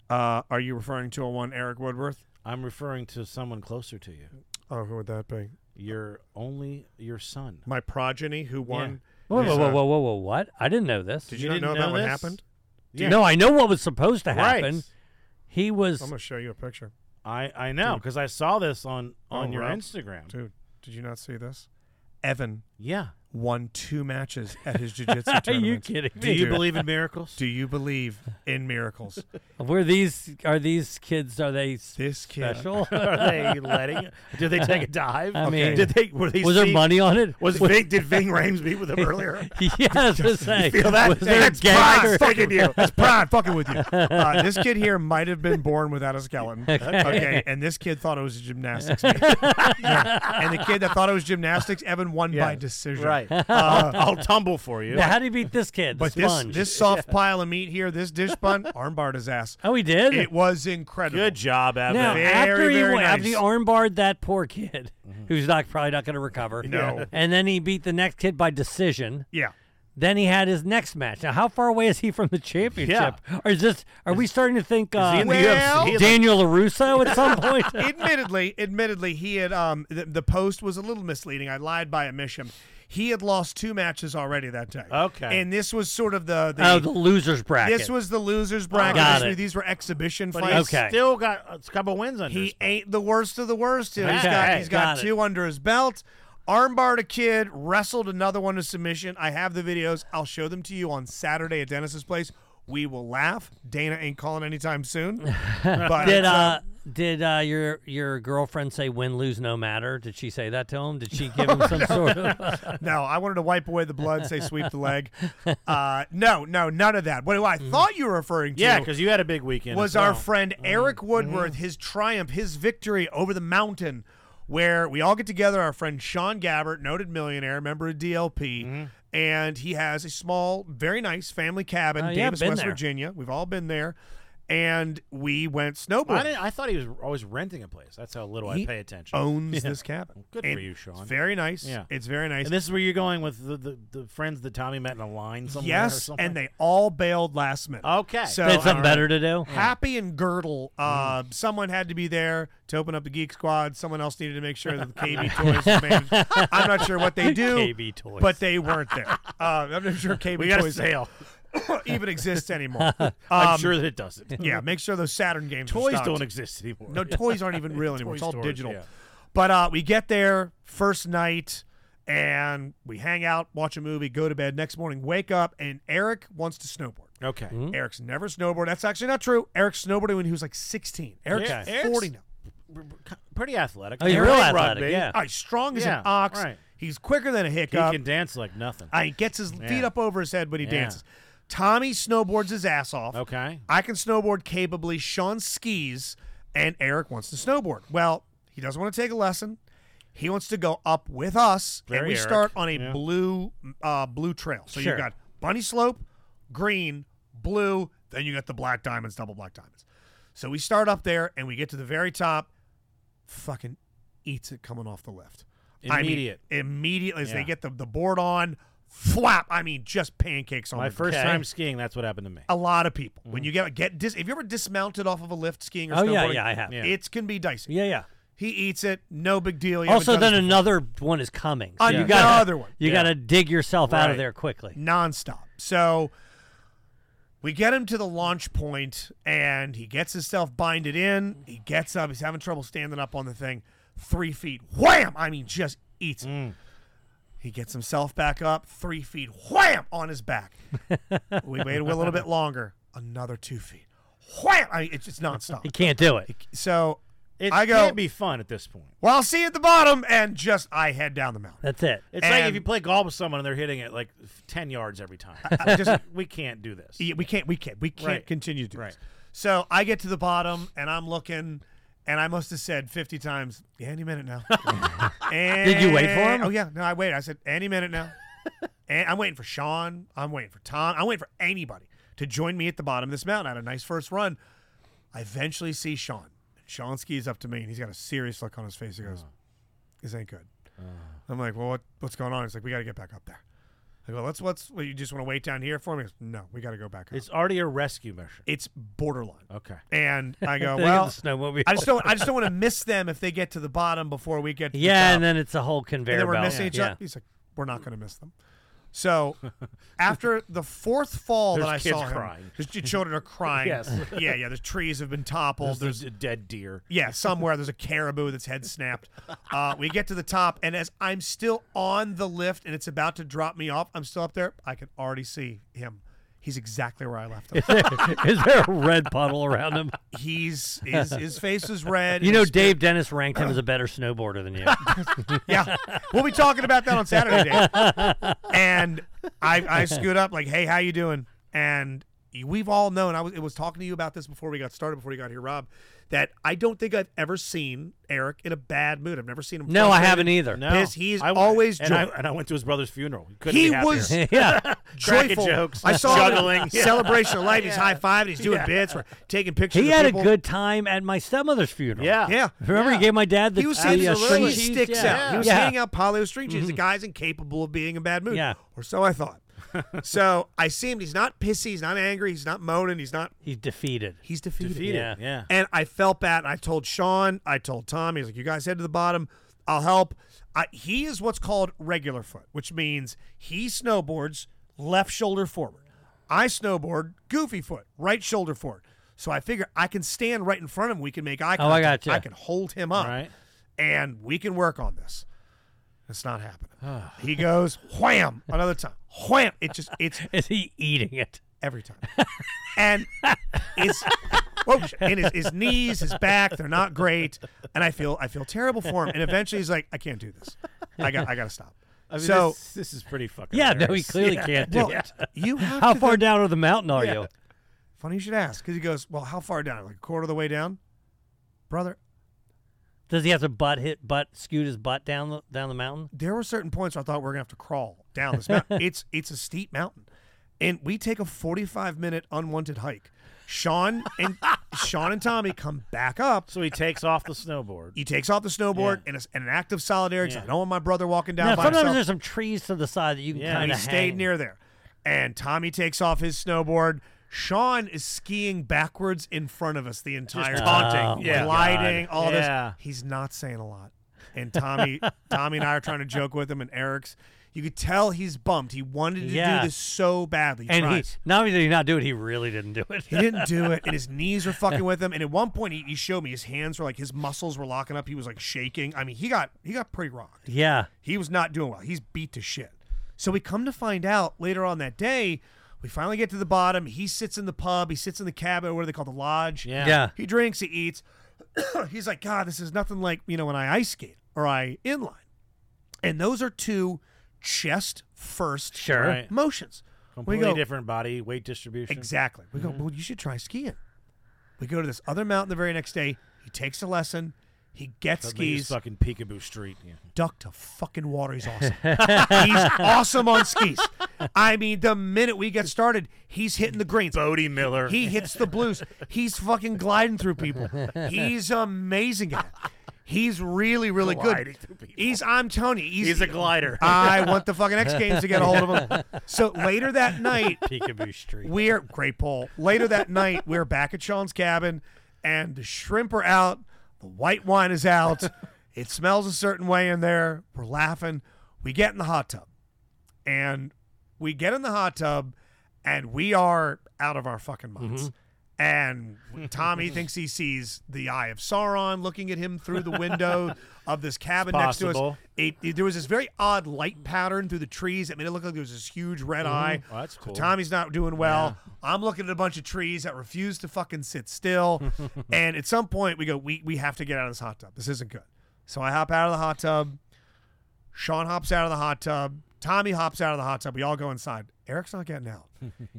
C: Uh, are you referring to a one Eric Woodworth?
D: I'm referring to someone closer to you.
G: Oh, who would that be?
H: Your only your son.
C: My progeny who won.
E: Whoa,
C: is,
E: whoa,
C: uh,
E: whoa, whoa, whoa, whoa! What? I didn't know this.
C: Did
H: You
C: you, not
H: didn't
C: know,
H: know
C: that one
H: this?
C: happened?
H: Yeah.
E: No, I know what was supposed to
H: Right.
E: happen. He was.
B: I'm gonna show you a picture,
H: I I know because I saw this on on
B: Oh,
H: your
B: Rob.
H: Instagram.
B: dude. Did you not see this?
C: Evan
H: Yeah.
C: won two matches at his jiu-jitsu
E: Are
C: tournament.
E: you kidding
H: Do
E: me?
H: you believe in miracles?
C: Do you believe in miracles?
E: Where these are these kids? Are they
C: This kid.
E: special?
H: Are they letting? Did they take a dive?
E: I mean-
H: did they? Were they?
E: was there
H: seeing-
E: money on it?
H: Was Ving, did Ving Rhames meet with him earlier?
E: yeah, I was gonna say.
H: Feel that?
E: Was there a
H: That's
E: gang
H: pride fucking you.
C: That's pride fucking with you. Uh, this kid here might have been born without a skeleton. Okay. And this kid thought it was a gymnastics meet. Yeah. And the kid that thought it was gymnastics, Evan won by
H: Yeah.
C: decision.
H: Right. I'll, uh, I'll tumble for you.
E: Now, how do you beat this kid?
C: But
E: the
C: this
E: sponge.
C: this soft pile of meat here, this dish bun, armbarred his ass.
E: oh, he did.
C: It was incredible.
H: Good job, Evan.
E: now,
C: very,
E: after he
C: very
E: went, after he
C: nice.
E: armbarred that poor kid, who's not probably not going to recover.
C: No.
E: And then he beat the next kid by decision.
C: Yeah.
E: Then he had his next match. Now, how far away is he from the championship? Or is this? Are we starting to think uh,
H: he in the
C: Well-
H: UFC? He-
E: Daniel Larusso at some point?
C: admittedly, admittedly, he had um the, the post was a little misleading. I lied by admission. He had lost two matches already that day.
H: Okay.
C: And this was sort of the, the
E: oh, the losers bracket.
C: This was the losers bracket.
E: Got
C: These-
E: it.
C: These were exhibition
H: but
C: fights.
H: he's
E: Okay.
H: still got a couple wins under. his
C: He ain't the worst of the worst. Dude. He's
E: Okay.
C: got he's got,
E: Got it.
C: two under his belt. Armbarred a kid, wrestled another one to submission. I have the videos. I'll show them to you on Saturday at Dennis's place. We will laugh. Dana ain't calling anytime soon. But
E: Did uh did uh your your girlfriend say win lose no matter? Did she say that to him? Did she give him some sort of?
C: no, I wanted to wipe away the blood, say sweep the leg. Uh, no, no, none of that. What I thought you were referring to
H: Mm. Yeah, because you had a big weekend.
C: was
H: as
C: our
H: well. Mm-hmm.
C: friend Eric Woodworth, his triumph, his victory over the mountain, where we all get together. Our friend Sean Gabbert, noted millionaire, member of DLP,
H: Mm-hmm.
C: and he has a small, very nice family cabin,
E: Oh, yeah,
C: Davis,
E: been
C: West
E: there.
C: Virginia. We've all been there, and we went
H: I,
C: snowboarding.
H: didn't, I thought he was always renting a place. That's how little I
C: He
H: pay attention.
C: Owns this cabin.
H: Good for
C: And
H: you,
C: it's
H: Sean.
C: very nice.
H: Yeah.
C: It's very nice.
H: and this is where you're going with the, the, the friends that Tommy met in a line somewhere. or
C: yes,
H: something?
C: and they all bailed last minute.
H: Okay.
C: So
E: They had something
C: all right.
E: better to do.
C: Happy and Girdle. Uh,
H: Mm.
C: Someone had to be there to open up the Geek Squad. Someone else needed to make sure that the KB Toys was managed. I'm not sure what they do,
E: KB Toys.
C: but they weren't there. Uh, I'm not sure KB
H: we got a
C: Toys
H: sale.
C: even exists anymore.
H: I'm
C: Um,
H: sure that it doesn't.
C: Yeah, make sure those Saturn games. are
H: Toys
C: stocked.
H: don't exist anymore.
C: No, toys aren't even real anymore. it's all
H: stores,
C: digital.
H: yeah.
C: But uh, we get there first night, and we hang out, watch a movie, go to bed. Next morning, wake up, and Eric wants to snowboard.
H: Okay.
E: Hmm?
C: Eric's never snowboarded. That's actually not true. Eric snowboarded when he was like 16. Eric's
H: Yeah.
C: 40 now.
H: Pretty athletic.
E: Oh, you're
H: He
E: real
H: played
E: athletic,
H: rugby.
E: yeah.
C: All right, strong as
H: Yeah,
C: an ox.
H: right.
C: He's quicker than a
H: He
C: hiccup.
H: can dance like nothing.
C: Uh, he gets his feet up over his head when he
H: Yeah.
C: dances. Tommy snowboards his ass off.
H: Okay.
C: I can snowboard capably. Sean skis, and Eric wants to snowboard. Well, he doesn't want to take a lesson. He wants to go up with us, and
H: Very
C: we
H: Eric.
C: start on a blue uh, blue trail. So
E: Sure.
C: you've got bunny slope, green, blue, then you got the black diamonds, double black diamonds. So we start up there, and we get to the very top. Fucking eats it coming off the lift. I mean,
H: Immediate.
C: immediately as
H: Yeah.
C: they get the, the board on, flap. I mean, just pancakes on
H: My
C: the ground
H: first time skiing, that's what happened to me.
C: a lot of people. When you get get dis, if you ever dismounted off of a lift skiing or
E: Mm-hmm. Oh,
C: snowboarding,
E: yeah, yeah, I have.
H: Yeah.
C: It can be dicey.
E: Yeah, yeah.
C: He eats it, no big deal. You
E: Also,
C: haven't
E: then
C: done
E: another one is coming. So
C: Another
E: you got
C: one.
E: You
H: Yeah.
E: got to dig yourself out
H: Right.
E: of there quickly.
C: this nonstop. So we get him to the launch point, and he gets himself binded in. He gets up. He's having trouble standing up on the thing. Three feet, wham! I mean, just eats. it. He gets himself back up. Three feet, wham! On his back. we waited a little bit longer. Another two feet, wham! I mean, it's just nonstop.
E: He can't do it.
C: So
H: It
C: I go-
H: can't be fun at this point.
C: Well, I'll see you at the bottom, and just I head down the mountain.
E: That's it.
H: It's like if
C: And-
H: you play golf with someone and they're hitting it like f- ten yards every time.
C: I just
H: we can't do this.
C: we can't, we can't, we can't
H: Right.
C: continue to. do
H: Right.
C: This. So I get to the bottom, and I'm looking, and I must have said 50 times, "Any minute now." and,
E: Did you wait for him?
C: Oh yeah, no, I waited. I said, "Any minute now." and I'm waiting for Sean. I'm waiting for Tom. I'm waiting for anybody to join me at the bottom of this mountain. I had a nice first run. I eventually see Sean. Sean skis up to me, and he's got a serious look on his
E: Uh-huh.
C: face. He goes, "This ain't good." I'm like, "Well, what, what's going on?" He's like, "We got to get back up there." I go, let's let's. Well, you just want to wait down here for me? He goes, no, we got to go back. Up. It's
H: It's already a rescue mission.
C: it's borderline.
D: Oh.
H: Okay.
C: And I go,
E: They get
C: well,
E: the snowmobile.
C: I just don't. I just don't want to miss them if they get to the bottom before we get. To
E: yeah,
C: the top.
E: and then it's a whole
C: and
E: conveyor
C: then we're
E: belt.
C: missing each
E: yeah.
C: other. He's like, we're not going to miss them. So after the fourth fall that I
H: There's kids
C: saw him,
H: crying.
C: there's ch- children are crying.
H: Yes.
C: Yeah, yeah. The trees have been toppled. There's,
H: There's a dead deer.
C: yeah, somewhere there's a caribou that's head snapped. Uh, we get to the top, and as I'm still on the lift and it's about to drop me off, I'm still up there. I can already see him. He's exactly where I left him.
E: Is there a red puddle around him?
C: He's his, his face is red.
E: You know,
C: his-
E: Dave Dennis ranked him as a better snowboarder than you.
C: Yeah, we'll be talking about that on Saturday. Dave. and I, I scoot up like, "Hey, how you doing?" And we've all known I was, it was talking to you about this before we got started, before you got here, Rob. That I don't think I've ever seen Eric in a bad mood. I've never seen him.
E: no, I
C: frustrated.
E: haven't either.
H: No.
C: Pissed. He's
H: I-
C: always
H: and I,
C: joy-
H: and I went to his brother's funeral. Couldn't
C: He
H: be happier.
C: was
E: yeah.
H: Cracking
C: joyful.
H: jokes,
C: I saw him
H: juggling.
C: in celebration of life. He's high fiving. He's doing bits. We're taking pictures.
E: He
C: of
E: had a
C: people.
E: good time at my stepmother's funeral.
H: Yeah.
C: Yeah.
E: Remember, he gave my dad the
C: He was
E: the,
C: handing
E: uh, string
C: cheese
E: cheese?
C: sticks
E: yeah.
C: out. He was
E: yeah. Mm-hmm.
C: handing out Polyo's string cheese. The guy's incapable of being in a bad mood.
E: Yeah.
C: Or so I thought. so I see him. He's not pissy. He's not angry. He's not moaning. He's not.
E: He's defeated.
C: He's defeated.
H: Defeated.
E: Yeah.
H: Yeah.
C: And I felt bad. I told Sean. I told Tom. He's like, "You guys head to the bottom. I'll help." I, he is what's called regular foot, which means he snowboards left shoulder forward. I snowboard goofy foot, right shoulder forward. So I figure I can stand right in front of him. We can make eye
E: Oh, I
C: contact.
E: gotcha.
C: I can hold him up,
H: Right.
C: and we can work on this. It's not happening. he goes wham another time, wham. It just it's
E: Is he eating it?
C: every time. And his, whoa, and his, his knees, his back, they're not great. And I feel I feel terrible for him. And eventually he's like, I can't do this. I got I gotta stop.
H: I mean,
C: so
H: this, this is pretty fucking.
E: Yeah, no, he
H: hilarious.
E: clearly can't do
C: well,
E: it.
C: you have
E: How
C: to
E: far
C: think-
E: down of the mountain are you?
C: funny you should ask, because he goes, Well, how far down? Like a quarter of the way down? Brother,
E: Does he have to butt hit butt scoot his butt down the down the mountain?
C: there were certain points where I thought we are gonna have to crawl down this mountain. it's it's a steep mountain, and we take a forty five minute unwanted hike. Sean and Sean and Tommy come back up.
H: So he takes off the snowboard.
C: He takes off the snowboard and, it's and an act of solidarity. 'cause I don't want my brother walking down
E: Now,
C: by
E: sometimes
C: himself.
E: there's some trees to the side that you can
H: Yeah,
E: kind
C: and
E: of
C: he stayed near there. And Tommy takes off his snowboard. Sean is skiing backwards in front of us the entire
H: taunting.
C: time.
H: Oh, my
C: gliding, all
H: Yeah.
C: this. He's not saying a lot. And Tommy, Tommy and I are trying to joke with him, and Eric's. You could tell he's bumped. He wanted to
E: Yeah.
C: do this so badly. He
E: And he
C: tries.
E: not only did he not do it, he really didn't do it.
C: He didn't do it, and his knees were fucking with him. And at one point, he, he showed me his hands were like his muscles were locking up. He was like shaking. I mean, he got he got pretty rocked.
E: yeah.
C: He was not doing well. He's beat to shit. So we come to find out later on that day, we finally get to the bottom. He sits in the pub. He sits in the cabin, what do they call the lodge?
H: Yeah.
E: Yeah.
C: He drinks. He eats. He's like, God, this is nothing like you know when I ice skate or I inline. And those are two chest first
E: Sure.
H: Right.
C: motions.
H: Completely
C: go-
H: different Mm-hmm. body weight distribution.
C: Exactly. We go, well, you should try skiing. We go to this other mountain the very next day. He takes a lesson. He gets
H: Suddenly he's
C: skis,
H: Fucking peekaboo street. Yeah.
C: duck to fucking water. He's awesome. he's awesome on skis. I mean, the minute we get started, he's hitting the greens.
H: Bodie Miller.
C: He hits the blues. He's fucking gliding through people. He's amazing at it. He's really, really
H: Gliding
C: good.
H: through people.
C: He's I'm telling you, he's,
H: he's a glider.
C: I want the fucking X Games to get a hold of him. So later that night,
E: Peekaboo Street.
C: we're great poll. Later that night, we're back at Sean's cabin, and the shrimp are out. The white wine is out. It smells a certain way in there. We're laughing. We get in the hot tub, and we get in the hot tub, and we are out of our fucking minds. And Tommy thinks he sees the eye of Sauron looking at him through the window of this cabin next to us.
H: possible.
C: It, it- there was this very odd light pattern through the trees that made it look like there was this huge red eye.
H: Oh, that's
C: So
H: cool.
C: Tommy's not doing well. I'm looking at a bunch of trees that refuse to fucking sit still. and at some point, we go, we, we have to get out of this hot tub. This isn't good. So I hop out of the hot tub. Sean hops out of the hot tub. Tommy hops out of the hot tub. We all go inside. Eric's not getting out.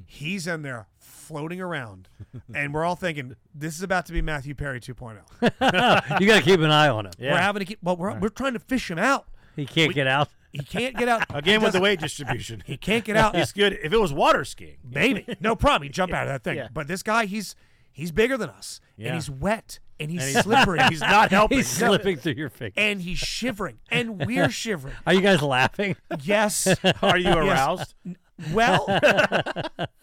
C: He's in there floating around. And we're all thinking, this is about to be Matthew Perry 2.0.
E: you got to keep an eye on him.
C: We're
H: Yeah.
C: having to keep, well, we're, we're trying to fish him out.
E: He can't get out.
C: He can't get out.
H: Again
C: He
H: with the
C: doesn't-
H: weight distribution.
C: He can't get out.
H: It's good. If it was water skiing,
C: Maybe. No problem. He'd jump out of that thing.
H: Yeah.
C: But this guy, he's he's bigger than us.
H: Yeah.
C: And he's wet. and he's slippery. he's not helping.
E: He's slipping through your fingers.
C: And he's shivering, and we're shivering.
E: Are you guys laughing?
C: Yes.
D: Are you aroused?
C: Well,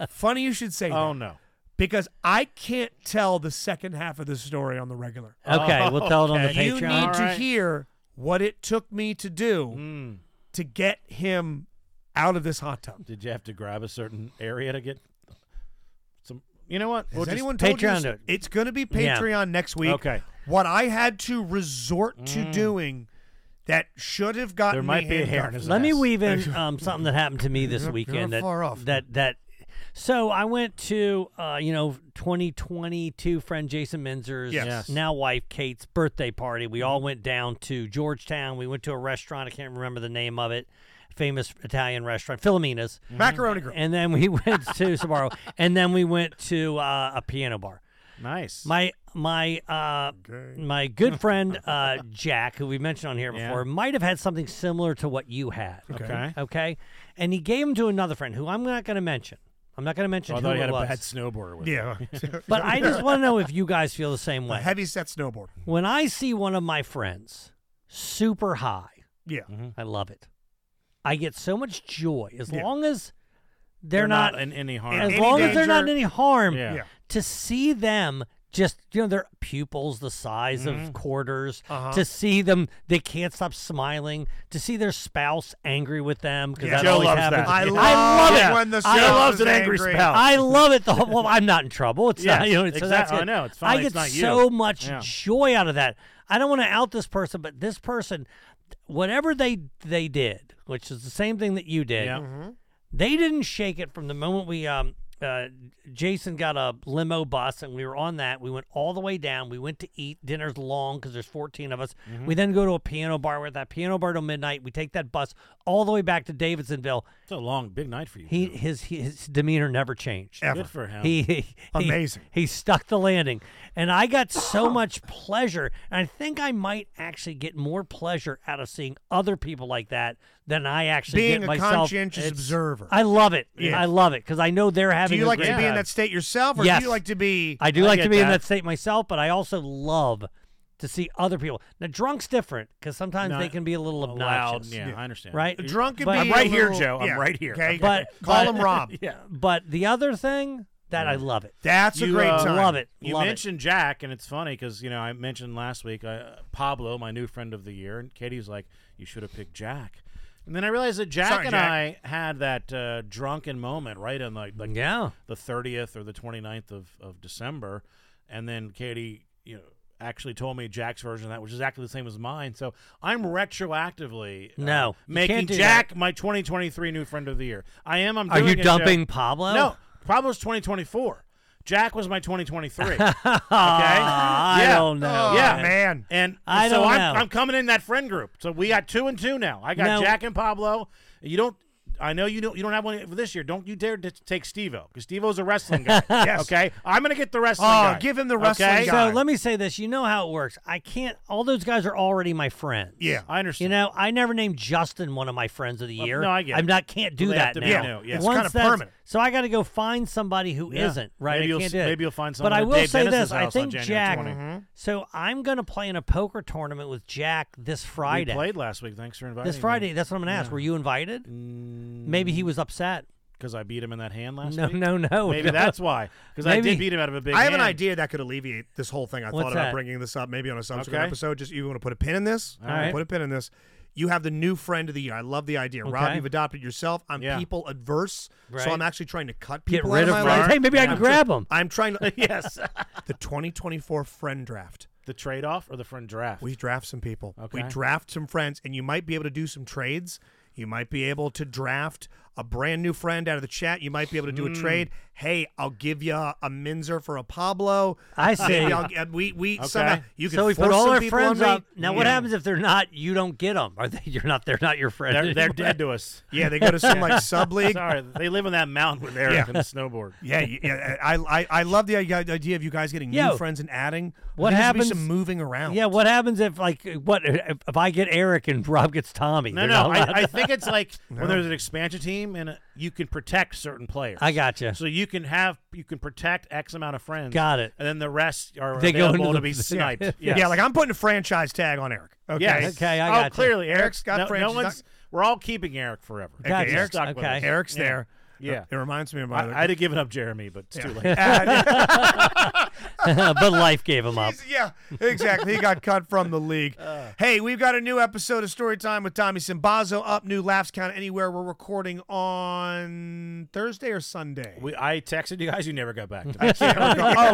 C: funny you should say
D: Oh
C: that
D: no.
C: because I can't tell the second half of the story on the regular.
E: Okay, we'll tell it on the
D: Okay.
E: Uh, Patreon.
C: You need
D: All
C: to
D: right.
C: hear what it took me to do
D: Mm.
C: to get him out of this hot tub.
D: Did you have to grab a certain area to get some? You know what?
C: Has
D: We'll just-
C: anyone told you
E: Patreon
C: this?
E: it.
C: It's going to be
E: Yeah.
C: Patreon next week.
D: Okay.
C: What I had to resort to
E: Mm.
C: doing that should have gotten
D: There might
C: me
D: be a hair in
C: handcuffed.
D: his
E: Let me
D: ass.
E: weave in um, something that happened to me this
C: not
E: weekend. That,
C: far off.
E: That that. So I went to uh, you know 2022 friend Jason Menzer's
C: Yes. Mm-hmm.
D: Yes.
E: now wife Kate's birthday party. We all went down to Georgetown. We went to a restaurant. I can't remember the name of it. Famous Italian restaurant, Filomena's.
C: Macaroni Girl.
E: And then we went to Sabaro. And then we went to uh, a piano bar.
D: Nice.
E: My my uh, my good friend uh, Jack, who we mentioned on here
D: Yeah.
E: before, might have had something similar to what you had.
D: okay.
E: Okay, and he gave him to another friend who I'm not going to mention. I'm not going to
H: Oh,
E: mention who
D: Although he
E: it
D: had a
E: was.
D: bad snowboarder with him.
C: Yeah.
E: But I just want to know if you guys feel the same way.
C: Heavy set snowboard.
E: When I see one of my friends super high,
C: Yeah.
E: I love it. I get so much joy as
C: Yeah.
E: long as they're, not,
D: in any harm.
E: as
C: any
E: long as they're not in
C: danger.
E: any harm.
D: Yeah.
C: Yeah.
E: To see them just you know their pupils the size
D: Mm-hmm.
E: of quarters
C: Uh-huh.
E: to see them they can't stop smiling to see their spouse angry with them because
C: Yeah.
E: that
C: Joe
E: always
D: loves that.
E: happens
C: I
E: Yeah.
C: love,
E: love it
C: when the
E: I
C: spouse
D: loves
C: is
D: an angry spouse.
E: I love it. The whole, well, I'm not in trouble. It's
D: Yes,
E: not you. Know, so that's
D: exactly. I
E: good.
D: know. It's fine.
E: I
D: It's
E: get
D: not you.
E: so much
D: Yeah.
E: joy out of that. I don't want to out this person, but this person, whatever they they did, which is the same thing that you did,
D: Yeah.
E: they didn't shake it from the moment we. Um, uh, Jason got a limo bus, and we were on that. We went all the way down. We went to eat. Dinner's long because there's 14 of us.
C: Mm-hmm.
E: We then go to a piano bar. We're at that piano bar till midnight. We take that bus all the way back to Davidsonville.
D: It's a long, big night for you.
E: He
D: dude.
E: his his demeanor never changed.
D: Good for him.
E: He, he
C: Amazing.
E: He, he stuck the landing, and I got so much pleasure. And I think I might actually get more pleasure out of seeing other people like that than I actually
C: Being
E: get
C: a
E: myself.
C: conscientious
E: It's-
C: observer.
E: I love it.
C: Yeah.
E: I love it because I know they're having.
C: do you
E: a
C: like
E: great
C: to be in
E: time.
C: that state yourself, or
E: Yes.
C: do you like to be?
E: I do
D: I
E: like to
D: get
E: be in
D: that.
E: that state myself, but I also love to see other people. Now, drunk's different because sometimes
D: No,
E: they can be a little
D: Loud.
E: obnoxious,
D: Yeah, I understand.
E: right?
C: Drunk could
E: But-
C: be
E: I'm right
C: a
D: here,
C: little-
D: Joe. I'm
C: yeah,
D: right here.
C: Okay,
E: But-
C: call
E: but-
C: him Rob.
D: Yeah.
E: But the other thing that I love it.
C: That's a
D: You,
C: great
D: uh,
C: time.
E: Love it.
D: You
E: love it.
D: mentioned Jack, and it's funny because you know I mentioned last week uh, Pablo, my new friend of the year, and Katie's like, "You should have picked Jack." And then I realized that Jack
C: Sorry,
D: and
C: Jack.
D: I had that uh, drunken moment right on like, like
E: Yeah.
D: the 30th or the 29th of, of December. And then Katie, you know, actually told me Jack's version of that, which is exactly the same as mine. So I'm retroactively uh,
E: No, you
D: making
E: can't do
D: Jack my 2023 new friend of the year. I am. I'm.
E: Are
D: doing
E: you
D: it, Joe.
E: dumping Pablo?
D: No, Pablo's 2024. Jack was my 2023.
E: Ah, I
D: Yeah.
E: don't know.
C: Oh,
D: Yeah.
C: man.
D: And
E: I
D: so
E: don't
D: I'm,
E: know.
D: I'm coming in that friend group. So we got two and two now. I got
E: No.
D: Jack and Pablo. You don't. I know you don't. You don't have one for this year. Don't you dare to take Stevo because Stevo's a wrestling guy.
C: Yes.
D: Okay. I'm gonna get the wrestling.
C: Oh,
D: guy.
C: give him the wrestling
D: okay?
C: guy.
E: So let me say this. You know how it works. I can't. All those guys are already my friends.
C: Yeah.
D: I
E: You
D: understand.
E: know, I never named Justin one of my friends of the year.
D: no, I get
E: I'm
D: it.
E: not. Can't do
D: They have to
E: that
D: be
E: now.
D: new, yeah. It's
E: Once
C: kinda
E: that's-
C: permanent.
E: So I got to go find somebody who
D: Yeah.
E: not right.
D: Maybe
E: I
D: you'll
E: can't
D: s-
E: do it.
D: maybe you'll find
E: But
D: someone
E: I
D: at
E: will
D: Dave
E: say
D: Dennis's
E: this. I
D: house on
E: think
D: January
E: Jack.
D: 20.
E: So I'm going to play in a poker tournament with Jack this Friday.
D: We played last week. Thanks for inviting
E: this Friday. That's what I'm going to ask. Were you invited? Maybe he was upset.
D: Because I beat him in that hand last
E: No,
D: week.
E: no, no.
D: Maybe
E: no.
D: that's why. Because I
E: Maybe.
D: did beat him out of a big.
C: I have an
D: hand.
C: idea that could alleviate this whole thing. I
E: What's
C: thought about
E: that?
C: bringing this up maybe on a subsequent
D: Okay.
C: episode. Just you want to put a pin in this?
E: All right.
C: Put a pin in this. You have the new friend of the year. I love the idea. Rob,
E: Okay.
C: you've adopted yourself. I'm
D: Yeah.
C: people adverse,
E: Right.
C: so I'm actually trying to cut
E: Get
C: people out
E: rid of
C: my
E: Ron.
C: life.
E: Hey, maybe I can grab him.
C: I'm trying to
D: Yes.
C: the 2024 friend draft.
D: the trade off or the friend draft.
C: We draft some people. We
D: Okay.
C: draft some friends, and you might be able to do some trades. You might be able to draft a brand new friend out of the chat. You might be able to do
D: Hmm.
C: a trade. Hey, I'll give you a, a Minzer for a Pablo. Maybe
E: I see.
C: I'll, uh, we we somehow you can
E: so we
C: force
E: put all
C: some
E: our
C: people
E: friends
C: on me.
E: up. Now, what happens if they're not? You don't get them. Are they? You're not. They're not your friend.
D: they're, they're
E: anymore.
D: dead to us.
C: Yeah, they go to some like sub league.
D: Sorry, they live on that mountain with Eric
C: Yeah.
D: and the snowboard.
C: Yeah, you- yeah. I, I I love the i- idea of you guys getting
E: Yo,
C: new friends and adding.
E: what
C: There needs to
E: happens-
C: Be some moving around.
E: Yeah. What happens if like what if, if I get Eric and Rob gets Tommy?
D: No,
E: They're
D: no,
E: not allowed-
D: I, I think it's like when there's an expansion team game and uh, you can protect certain players.
E: I got you.
D: So you can have you can protect X amount of friends.
E: Got it.
D: And then the rest are
E: They go
D: available to
E: into the-
D: be
E: Yeah.
D: sniped.
E: Yeah,
C: Yeah, like I'm putting a franchise tag on Eric. Okay.
D: Yes.
E: Okay, I
D: oh,
E: gotcha.
D: clearly Eric's
C: Eric's got
D: no, no
C: franchise-
D: one's. We're all keeping Eric forever.
E: Gotcha.
D: He's stuck with
E: Okay.
D: us.
C: Eric's there.
D: Yeah.
C: It reminds me of my.
D: I, I'd have given up Jeremy, but it's too late.
C: other-
E: but life gave him up.
C: He's- yeah, exactly. He got cut from the league.
D: Uh.
C: hey, we've got a new episode of Storytime with Tommy Simbazo up. New Laughs Count Anywhere. We're recording on Thursday or Sunday.
D: We, I texted you guys. You never got back to me.
C: oh,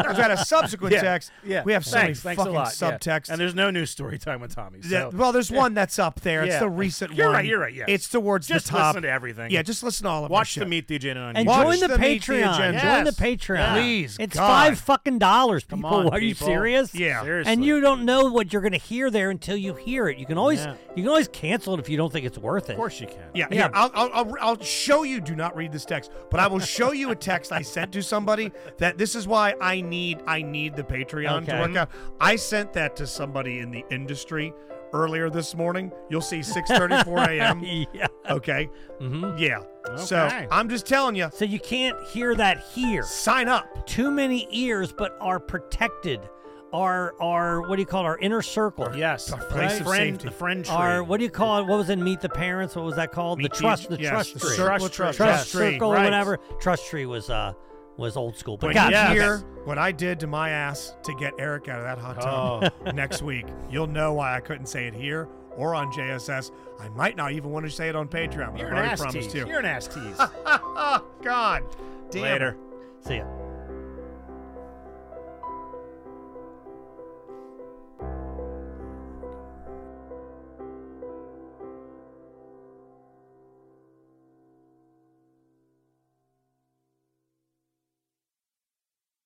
C: we've got a subsequent
D: Yeah,
C: text.
D: yeah.
C: We have so
D: thanks,
C: many
D: thanks a
C: fucking
D: lot.
C: subtexts.
D: Yeah. And there's no new story time with Tommy. So
C: Yeah, well, there's one that's up there. It's
D: Yeah.
C: the recent
D: You're
C: one.
D: right, you're right, yeah.
C: It's towards
D: just
C: the top.
D: listen to everything.
C: Yeah, just listen to all of
D: watch
C: our
D: the
C: shit.
D: Meet the Agenda on
E: And
D: YouTube.
C: Watch
E: join the
C: the Meet the
E: Patreon.
C: Agenda.
E: Join the
D: Yes.
E: Patreon.
D: Yeah.
C: Please,
E: It's
C: God.
E: five fucking dollars, people.
D: Come on,
E: Are you
D: people.
E: serious?
C: Yeah.
D: Seriously.
E: And you don't know what you're gonna hear there until you hear it. You can always
D: Yeah.
E: you can always cancel it if you don't think it's worth it.
D: Of course you can.
C: Yeah,
E: Yeah.
C: yeah. I'll, I'll, I'll, I'll show you. Do not read this text, but I will show you a text I sent to somebody that this is why I need I need the Patreon
E: Okay.
C: to work out. I sent that to somebody in the industry earlier this morning. You'll see 6:34 a.m.
E: yeah.
C: Okay.
E: Mhm.
C: Yeah. So
D: Okay.
C: I'm just telling you,
E: So you can't hear that here.
C: sign up.
E: Too many ears, but are protected. Are are what do you call it? Our inner circle.
D: Yes.
C: Our place
D: the
C: of
D: friend,
C: safety.
D: The friend tree.
E: Our what do you call it? What was in Meet the Parents? What was that called?
D: Meet
E: the
D: the-
E: trust. The
C: yes,
E: trust
C: the
E: tree.
C: circle
D: Trust
C: trust,
D: tree.
E: trust
C: trust tree.
E: circle,
D: right.
E: whatever. Trust tree was uh was old school. But
C: When
E: God,
C: you
D: yes.
C: hear what I did to my ass to get Eric out of that hot tub
D: Oh.
C: next week, you'll know why I couldn't say it here or on JSS. I might not even want to say it on Patreon. but
D: You're
C: I've
D: an
C: already
D: ass
C: promised
D: tease.
C: you.
D: You're an ass tease.
C: oh, God. Damn it.
D: Later.
E: see ya.